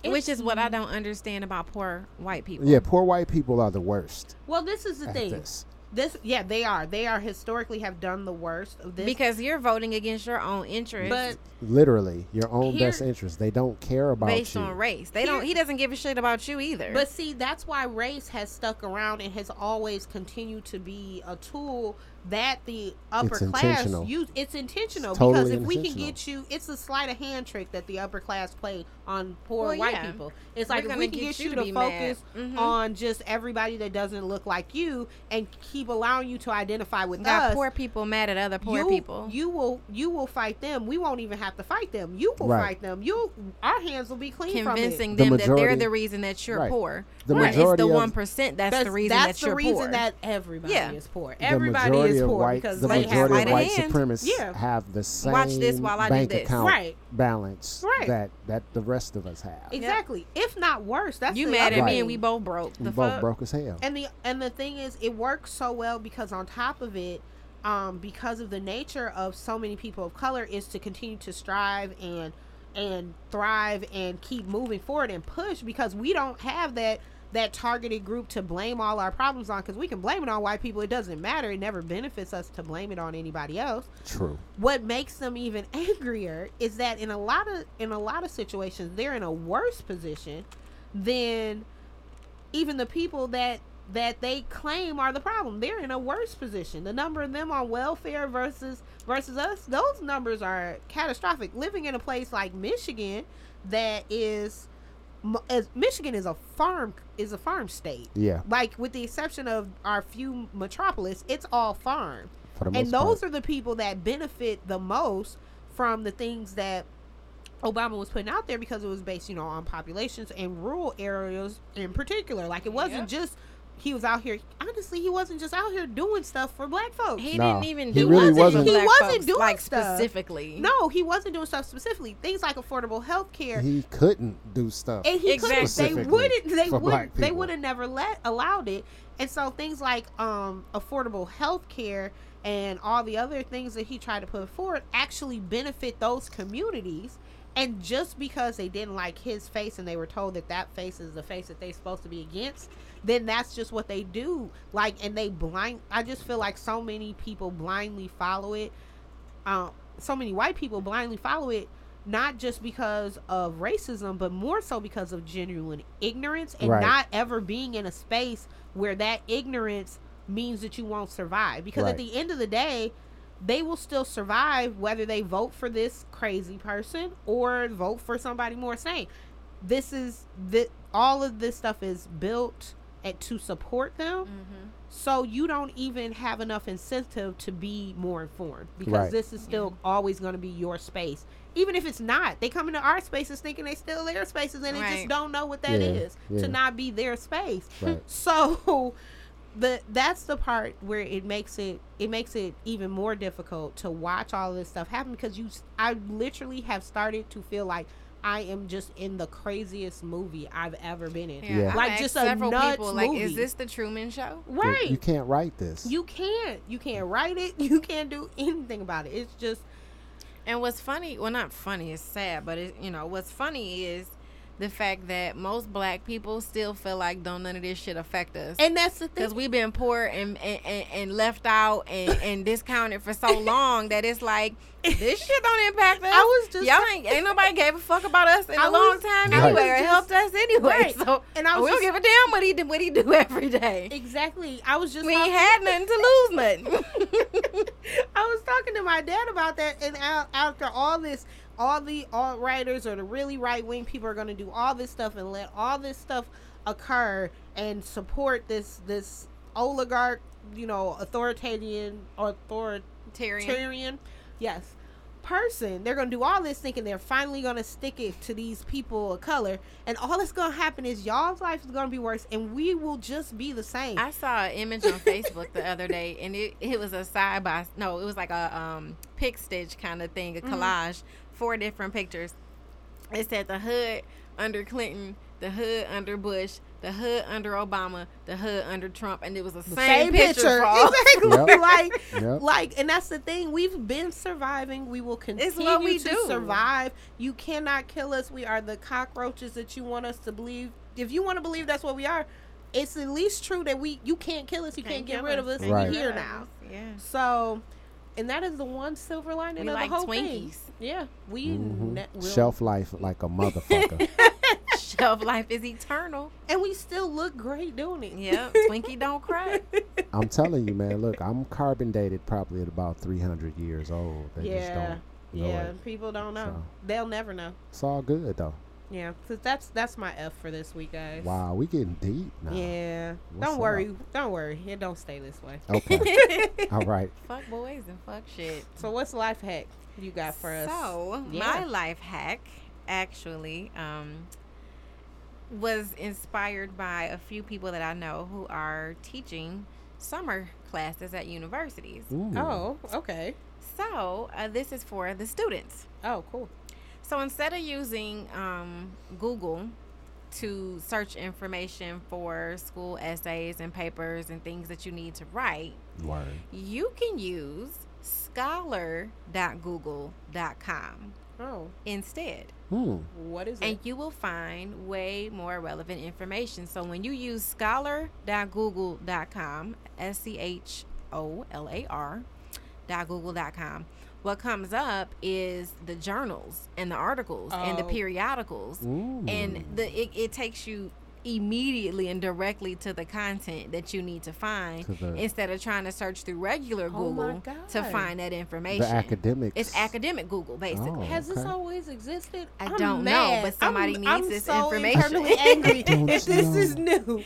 D: c-
C: which
D: it's-
C: is what I don't understand about poor white people.
B: Yeah, poor white people are the worst
D: Well, this is the
B: at
D: thing. This.
B: this.
D: yeah, they are. They are historically have done the worst of this.
C: because you're voting against your own interest
D: but
B: Literally, your own
D: Here-
B: best interest. They don't care about
C: based
B: you.
C: on race. They don't. He doesn't give a shit about you either.
D: but see, that's why race has stuck around and has always continued to be a tool that the upper class
B: intentional.
D: use. It's intentional
B: It's totally
D: because if we can
B: intentional.
D: get you, it's a sleight of hand trick that the upper class play on poor
C: Well,
D: white
C: yeah.
D: people. It's
C: We're
D: like if
C: gonna
D: we can
C: get
D: get,
C: you
D: you
C: to
D: to,
C: be mad.
D: focus
C: Mhm.
D: on just everybody that doesn't look like you and keep allowing you to identify with
C: got
D: us.
C: poor people mad at other poor
D: you,
C: people.
D: You will you will fight them. We won't even have to fight them. You will
B: Right.
D: fight them. You our hands will be clean from it.
C: convincing
B: The
C: them that they're
B: majority-
C: the reason that you're
B: Right.
C: poor.
B: The
C: Right.
B: majority
C: it's
B: of-
C: the one percent. That's, the reason
D: that's
C: that you're
D: the reason
C: poor.
D: that everybody
C: Yeah.
D: is poor.
B: The
D: Everybody
B: majority
D: is
B: of
D: poor
B: white,
D: because
B: the
D: they have
B: majority
C: sleight
B: of
C: of
B: white
C: hand.
B: supremists
D: Yeah.
B: have the same
C: Watch this while I do
B: bank
C: this.
B: account
D: Right.
B: balance
D: Right.
B: that that the rest of us have.
D: exactly. If not worse, that's
C: you
D: the
C: mad
D: other
B: Right.
C: at me
D: thing.
C: and we both broke.
B: we
C: The
B: both
C: fuck.
B: broke as hell.
D: And the and the thing is, it works so well because on top of it, um, because of the nature of so many people of color, is to continue to strive and and thrive and keep moving forward and push because we don't have that that targeted group to blame all our problems on because we can blame it on white people. It doesn't matter. It never benefits us to blame it on anybody else.
B: True.
D: What makes them even angrier is that in a lot of in a lot of situations they're in a worse position than even the people that that they claim are the problem. They're in a worse position. The number of them on welfare versus versus us, those numbers are catastrophic. Living in a place like Michigan that is m- as- Michigan is a farm is a farm state.
B: Yeah.
D: Like with the exception of our few metropolis, it's all farm.
B: For the
D: And
B: most part.
D: those are the people that benefit the most from the things that Obama was putting out there because it was based, you know, on populations and rural areas in particular. Like it wasn't just he was out here. Honestly, he wasn't just out here doing stuff for black folks.
C: He
B: Nah,
C: didn't even.
B: he really wasn't-
C: for
D: He
C: black
D: wasn't
C: folks,
D: doing
C: like
D: stuff.
C: specifically.
D: no, he wasn't doing stuff specifically. Things like affordable health care.
B: he couldn't do stuff.
D: and he
C: Exactly.
D: couldn't. They
B: Specifically
D: wouldn't. They
B: for black
D: would. They
B: people.
D: would have never let allowed it. And so things like um, affordable health care and all the other things that he tried to put forward actually benefit those communities. And just because they didn't like his face and they were told that that face is the face that they're supposed to be against, then that's just what they do. Like, and they blind. I just feel like so many people blindly follow it um, so many white people blindly follow it not just because of racism but more so because of genuine ignorance and
B: Right.
D: not ever being in a space where that ignorance means that you won't survive because
B: Right.
D: at the end of the day they will still survive whether they vote for this crazy person or vote for somebody more sane this is that all of this stuff is built at, to support them
C: Mm-hmm.
D: so you don't even have enough incentive to be more informed because
B: Right.
D: this is still always going to be your space. Even if it's not, they come into our spaces thinking they still their spaces and they just
C: Right.
D: don't know what that
B: Yeah,
D: is
B: yeah.
D: to not be their space.
B: Right.
D: So the that's the part where it makes it it makes it even more difficult to watch all this stuff happen because you s- I literally have started to feel like I am just in the craziest movie I've ever been in.
B: Yeah.
C: I've
D: Like,
C: asked
D: just a
C: several
D: nuts
C: people, like,
D: movie.
C: is this the Truman Show?
D: Right.
B: You can't write this.
D: You can't. You can't write it. You can't do anything about it. It's just
C: And what's funny, well, not funny, it's sad, but it, you know, what's funny is the fact that most black people still feel like don't none of this shit affect us.
D: and that's the
C: Because
D: thing.
C: we've been poor and, and, and, and left out and, and discounted for so long that it's like, this shit don't impact us.
D: I was just
C: Y'all ain't, ain't nobody gave a fuck about us in a
D: I
C: long
D: was-
C: time
B: I was
C: anyway, or
D: just-
C: helped us anyway.
D: Right.
C: So
D: And I was
C: we don't
D: just-
C: give a damn what he do, what he do every day.
D: Exactly. I was just
C: we
D: talking,
C: ain't had nothing to lose nothing.
D: I was talking to my dad about that and out, after all this all the alt writers or the really right wing people are going to do all this stuff and let all this stuff occur and support this this oligarch, you know, authoritarian author
C: Tyrion.
D: Tyrion. Yes. Person, they're gonna do all this thinking they're finally gonna stick it to these people of color, and all that's gonna happen is y'all's life is gonna be worse, and we will just be the same.
C: I saw an image on Facebook the other day, and it, it was a side by no, it was like a um, pick stitch kind of thing, a
D: Mm-hmm.
C: collage, four different pictures. It said the hood under Clinton, the hood under Bush, the hood under Obama, the hood under Trump, and it was the same, picture. for all-
D: exactly.
B: Yep.
D: Like,
B: Yep.
D: like, and that's the thing. We've been surviving. We will continue
C: what we
D: to
C: do.
D: survive. You cannot kill us. We are the cockroaches that you want us to believe. If you want to believe that's what we are, it's at least true that we you can't kill us. You can't,
C: Can't
D: get
C: kill
D: rid of
C: us.
D: us.
B: Right.
D: We're here now.
C: Yeah.
D: So, and that is the one silver lining
C: We
D: of
C: like
D: the whole thing.
C: Twinkies.
D: Yeah, we
B: Mhm.
D: ne- will-
B: Shelf life like a motherfucker.
C: Shelf life is eternal.
D: and we still look great doing it.
C: Yeah. Twinkie don't cry.
B: I'm telling you, man. Look, I'm carbon dated probably at about 300 years old. They just
D: yeah,
B: don't. know
D: yeah.
B: it.
D: People don't know.
B: So.
D: They'll never know.
B: It's all good though.
D: Yeah, cause that's that's my F for this week, guys.
B: Wow, we getting deep now.
D: Yeah,
B: What's
D: don't
B: up?
D: worry, don't worry. It don't stay this way.
B: Okay. all right.
C: Fuck boys and fuck shit.
D: So, what's life hack you got for us?
C: So
D: Yeah.
C: my life hack actually um, was inspired by a few people that I know who are teaching summer classes at universities.
B: Ooh.
D: oh, okay.
C: So uh, this is for the students.
D: Oh, cool.
C: So instead of using um, Google to search information for school essays and papers and things that you need to write,
B: Word.
C: you can use scholar.google.com.
D: Oh,
C: instead.
B: Hmm.
D: what is
C: And
D: it?
C: you will find way more relevant information. So when you use scholar.google.com, S C H O L A R, dot google dot com, what comes up is the journals and the articles and the
D: Oh.
C: periodicals.
B: Mm.
C: And the it, it takes you immediately and directly to the content that you need to find
B: To the-
C: instead of trying to search through regular
D: Oh my
C: Google to
D: God.
C: find that
B: the
C: information.
B: academics.
C: It's academic Google, basically.
B: Oh.
D: Has this
B: okay.
D: always existed?
C: I
D: I'm
C: don't know,
D: mad.
C: but somebody
D: I'm,
C: needs
D: I'm
C: this
D: so
C: information.
D: internally angry
B: Don't
D: if this
B: know.
D: is new.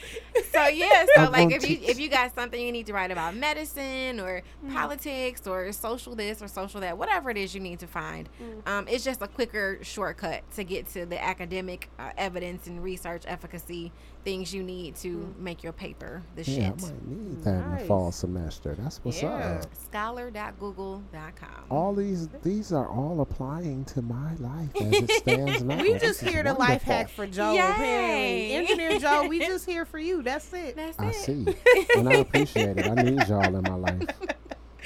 C: So yeah, so
B: I'm
C: like
B: gonna
C: if you
B: teach.
C: if you got something you need to write about medicine or
D: Mm.
C: politics or social this or social that, whatever it is you need to find,
D: Mm.
C: um, it's just a quicker shortcut to get to the academic uh, evidence and research efficacy things you need to
D: Mm.
C: make your paper the
B: Yeah, I
C: shit.
B: might need that in the
D: Nice.
B: fall semester. That's what's
D: Yeah.
B: up.
C: Scholar.google.com.
B: All these these are all applying to my life as it stands now.
D: We
B: This
D: just
B: is
D: here to life
B: wonderful.
D: hack for Joe.
C: Yay.
D: Apparently, engineer Joe, we just here for you. That's it.
C: That's
B: I
C: it.
B: see, and I appreciate it. I need y'all in my life.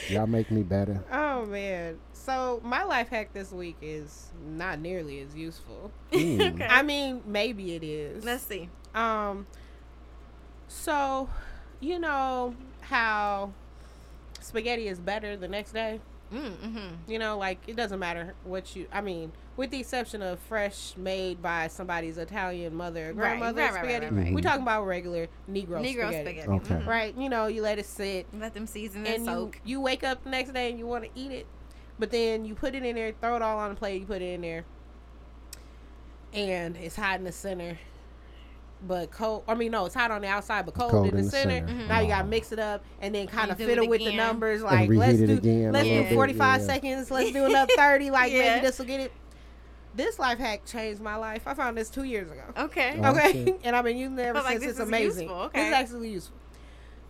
B: Y'all make me better.
D: Oh man. So my life hack this week is not nearly as useful.
B: Mm.
C: Okay.
D: I mean, maybe it is.
C: Let's see.
D: Um. So, you know how spaghetti is better the next day.
C: Mm-hmm.
D: You know, like it doesn't matter what you. I mean, with the exception of fresh made by somebody's Italian mother or
C: Right,
D: grandmother
C: right, right,
D: spaghetti.
C: right,
B: right.
D: We're talking about regular Negro,
C: Negro
D: spaghetti.
C: spaghetti.
B: Okay.
C: Mhm.
D: Right. You know, you let it sit
C: Let them season and,
D: and you,
C: soak.
D: you wake up the next day and you want to eat it, but then you put it in there, throw it all on the plate, you put it in there, and it's hot in the center, but cold. I mean, no, it's hot on the outside, but cold, in the, center.
B: center.
D: Now you gotta
B: Mhm.
D: mix it up and then kind
C: And
D: of
C: do it
D: fiddle with the
C: again.
D: numbers.
B: And
D: Like
B: reheat
D: let's
B: it
D: do
B: again a
D: let's
C: little
D: do
C: bit,
D: forty five
B: yeah.
D: seconds. Let's do another thirty. Like
C: Yeah.
D: maybe this will get it. This life hack changed my life. I found this two years ago.
C: Okay.
B: Oh,
D: Okay.
B: shit.
D: and I've been using it ever
C: But, like,
D: since.
C: this
D: it's
C: is
D: amazing.
C: useful,
D: It's
C: okay.
D: actually useful.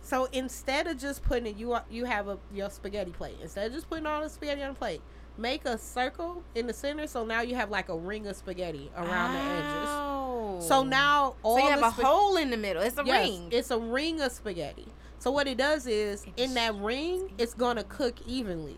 D: So instead of just putting it, you are, you have a your spaghetti plate. Instead of just putting all the spaghetti on the plate, make a circle in the center. So now you have like a ring of spaghetti around the edges. So
C: Ow.
D: now
C: Oh.
D: all
C: so you have
D: the
C: a
D: spa-
C: hole in the middle. It's a
D: Yes,
C: ring.
D: It's a ring of spaghetti. So what it does is
C: It
D: in that ring, it's gonna cook evenly,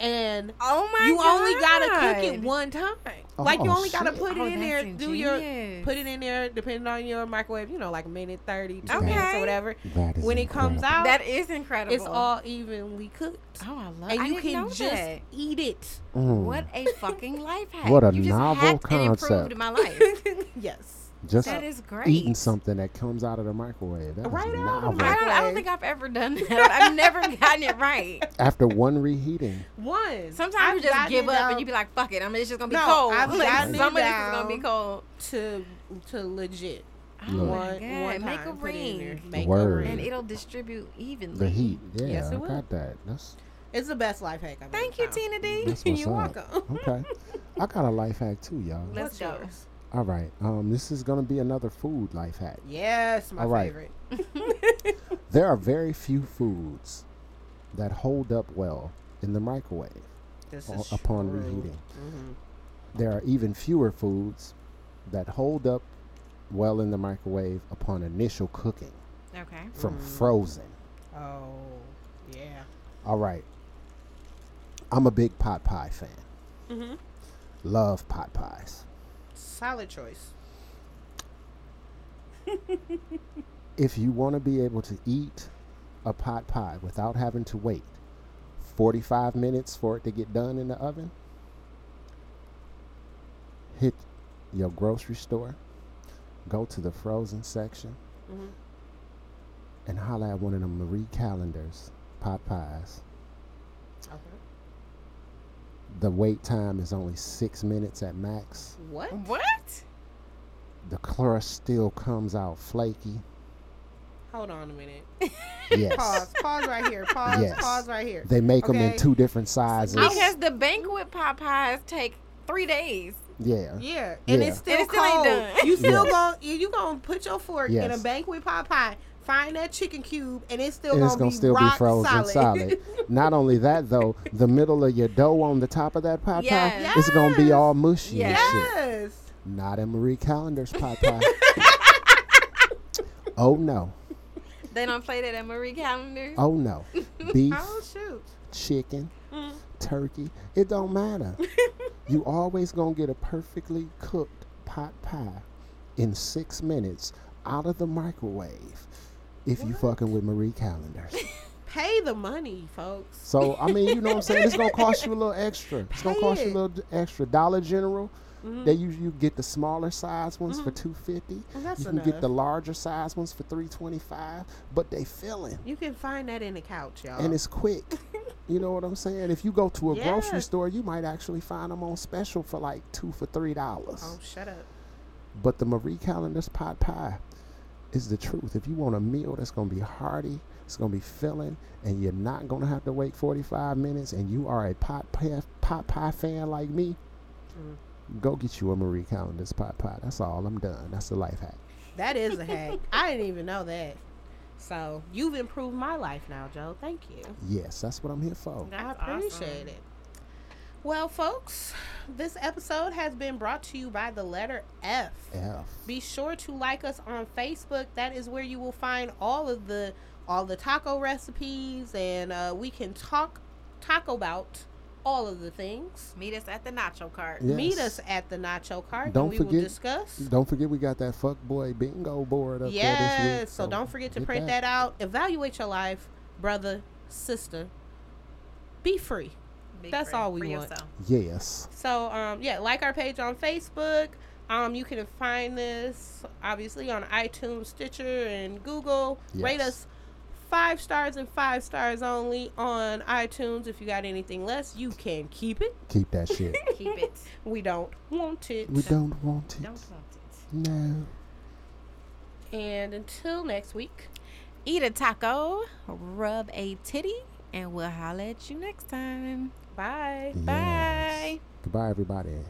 D: and
C: oh my
D: you
C: god!
D: only gotta cook it one time. like you
B: Oh,
D: only gotta
B: shit.
D: put it
C: Oh,
D: in there,
C: that's
D: do your
C: ingenious.
D: put it in there, depending on your microwave, you know, like a minute thirty, two
B: Okay.
D: minutes or whatever.
B: That is
D: Mm-hmm. When it comes
B: incredible.
D: out,
C: That is incredible.
D: it's all evenly cooked,
C: Oh, I love.
D: and
C: I
D: you
C: didn't
D: can
C: know
D: just
C: that.
D: eat it.
B: Mm.
C: What a fucking life hack!
B: What a
C: you just
B: novel
C: hacked And
B: concept.
C: improved my life.
D: yes,
B: Just
C: that is great.
B: eating something that comes out of the microwave. That is
D: Right out of the
B: novel.
C: I don't, I don't think I've ever done that. I've never gotten it right.
B: After one reheating,
D: one.
C: Sometimes
D: I've
C: you just
D: gotten
C: give
D: it
C: up
D: down
C: and you be like, "Fuck it, I'm it's just gonna be
D: No,
C: cold.
D: I've
C: Like,
D: gotten it
C: some of this is gonna be
D: down.
C: cold."
D: to to legit.
C: Oh
B: Look.
C: my
D: One-
C: god!
D: one
C: Make a
D: time, put it in there.
C: ring,
D: Make
B: Word.
D: a ring.
C: and it'll distribute evenly.
B: the heat. Yeah,
D: Yes, it
B: I
D: will.
B: got that. That's
D: It's the best life hack I've ever
C: Thank you,
D: found.
C: Tina D.
B: that's what's
D: You're
B: up.
D: welcome.
B: Okay, I got a life hack too, y'all.
C: Let's
D: What's
C: go.
D: yours?
B: All right, um, this is gonna be another food life hack.
D: Yes, my
B: All right.
D: favorite.
B: There are very few foods that hold up well in the microwave
D: This
B: o-
D: is
B: upon
D: true.
B: reheating.
D: Mhm.
B: There are even fewer foods that hold up well in the microwave upon initial cooking
C: Okay.
B: from
D: Mm.
B: frozen.
D: Oh, yeah.
B: All right. I'm a big pot pie fan.
D: Mhm.
B: Love pot pies.
D: Solid choice.
B: If you want to be able to eat a pot pie without having to wait 45 minutes for it to get done in the oven, hit your grocery store, go to the frozen section,
D: Mhm.
B: and holler at one of them Marie Callender's pot pies.
D: Okay.
B: The wait time is only six minutes at max.
D: What?
C: What?
B: The crust still comes out flaky.
D: Hold on a minute.
B: Yes.
D: Pause. Pause right here. Pause.
B: Yes.
D: Pause right here.
B: They make them in
D: Okay.
B: two different sizes.
C: Because the banquet pot pies take three days.
B: yeah.
D: Yeah, and
B: Yeah.
D: it's still
C: And it still ain't
D: cold.
C: done.
D: You still
B: Yes.
D: gonna you- you gonna put your fork in a
B: Yes.
D: banquet pot pie, find that chicken cube, and it's still
B: And
D: gonna,
B: it's gonna
D: be
B: still be
D: rock
B: frozen solid.
D: solid.
B: Not only that, though, the middle of your dough on the top of that pot
C: Yes.
B: pie is gonna be
D: Yes.
B: all mushy and shit.
D: yes.
B: Not in Marie Callender's pot pie. oh no!
C: They don't play that at Marie Calendar.
B: Oh no! Beef,
D: Oh shoot.
B: chicken,
D: Mm.
B: turkey. It don't matter. You always gonna get a perfectly cooked pot pie in six minutes out of the microwave if you fucking with Marie Callender's.
D: Pay the money, folks.
B: So I mean, you know what I'm saying? It's gonna cost you a little extra. It's gonna
D: Pay
B: cost you
D: it.
B: a little d- extra. Dollar General,
D: Mhm.
B: they usually you get the smaller size ones for two fifty.
D: Mm. Well, that's
B: you can
D: enough.
B: get the larger size ones for three twenty five. But they filling
D: You can find that in the couch, y'all.
B: and it's quick. you know what I'm saying? If you go to a
D: Yeah.
B: grocery store, you might actually find them on special for like two for three dollars.
D: oh, shut up.
B: But the Marie Callender's pot pie is the truth. If you want a meal that's going to be hearty, it's going to be filling, and you're not going to have to wait 45 minutes, and you are a pot pie, pot pie fan like me,
D: Mm.
B: go get you a Marie Callender's pot pie. That's all. I'm done. That's a life hack.
D: That is a hack. I didn't even know that. So you've improved my life now, Joe. Thank you.
B: Yes, that's what I'm here for.
D: I
C: That's
D: appreciate
C: awesome.
D: it. Well, folks, this episode has been brought to you by the letter F.
B: F.
D: Be sure to like us on Facebook. That is where you will find all of the all the taco recipes, and uh, we can talk talk about all of the things.
C: Meet us at the nacho cart.
D: Meet
B: Yes.
D: us at the nacho cart,
B: Don't
D: and we will
B: forget-
D: discuss.
B: Don't forget we got that fuckboy bingo board up there this
D: Yes.
B: week.
D: So don't forget to
B: get
D: print that. out. Evaluate your life, brother, sister. Be free.
C: Be
D: That's
C: free
D: all we
C: for
D: want.
C: yourself.
B: Yes.
D: So um, yeah, like our page on Facebook. Um, you can find this obviously on iTunes, Stitcher, and Google. Rate
B: Yes.
D: us five stars and five stars only on iTunes. If you got anything less, you can keep it.
B: Keep that shit.
C: Keep it.
D: We don't want it.
B: we don't want it.
C: Don't want it.
B: No.
D: And until next week.
C: Eat a taco, rub a titty, and we'll holla at you next time.
D: Bye.
B: Yes.
C: Bye.
B: Goodbye, everybody.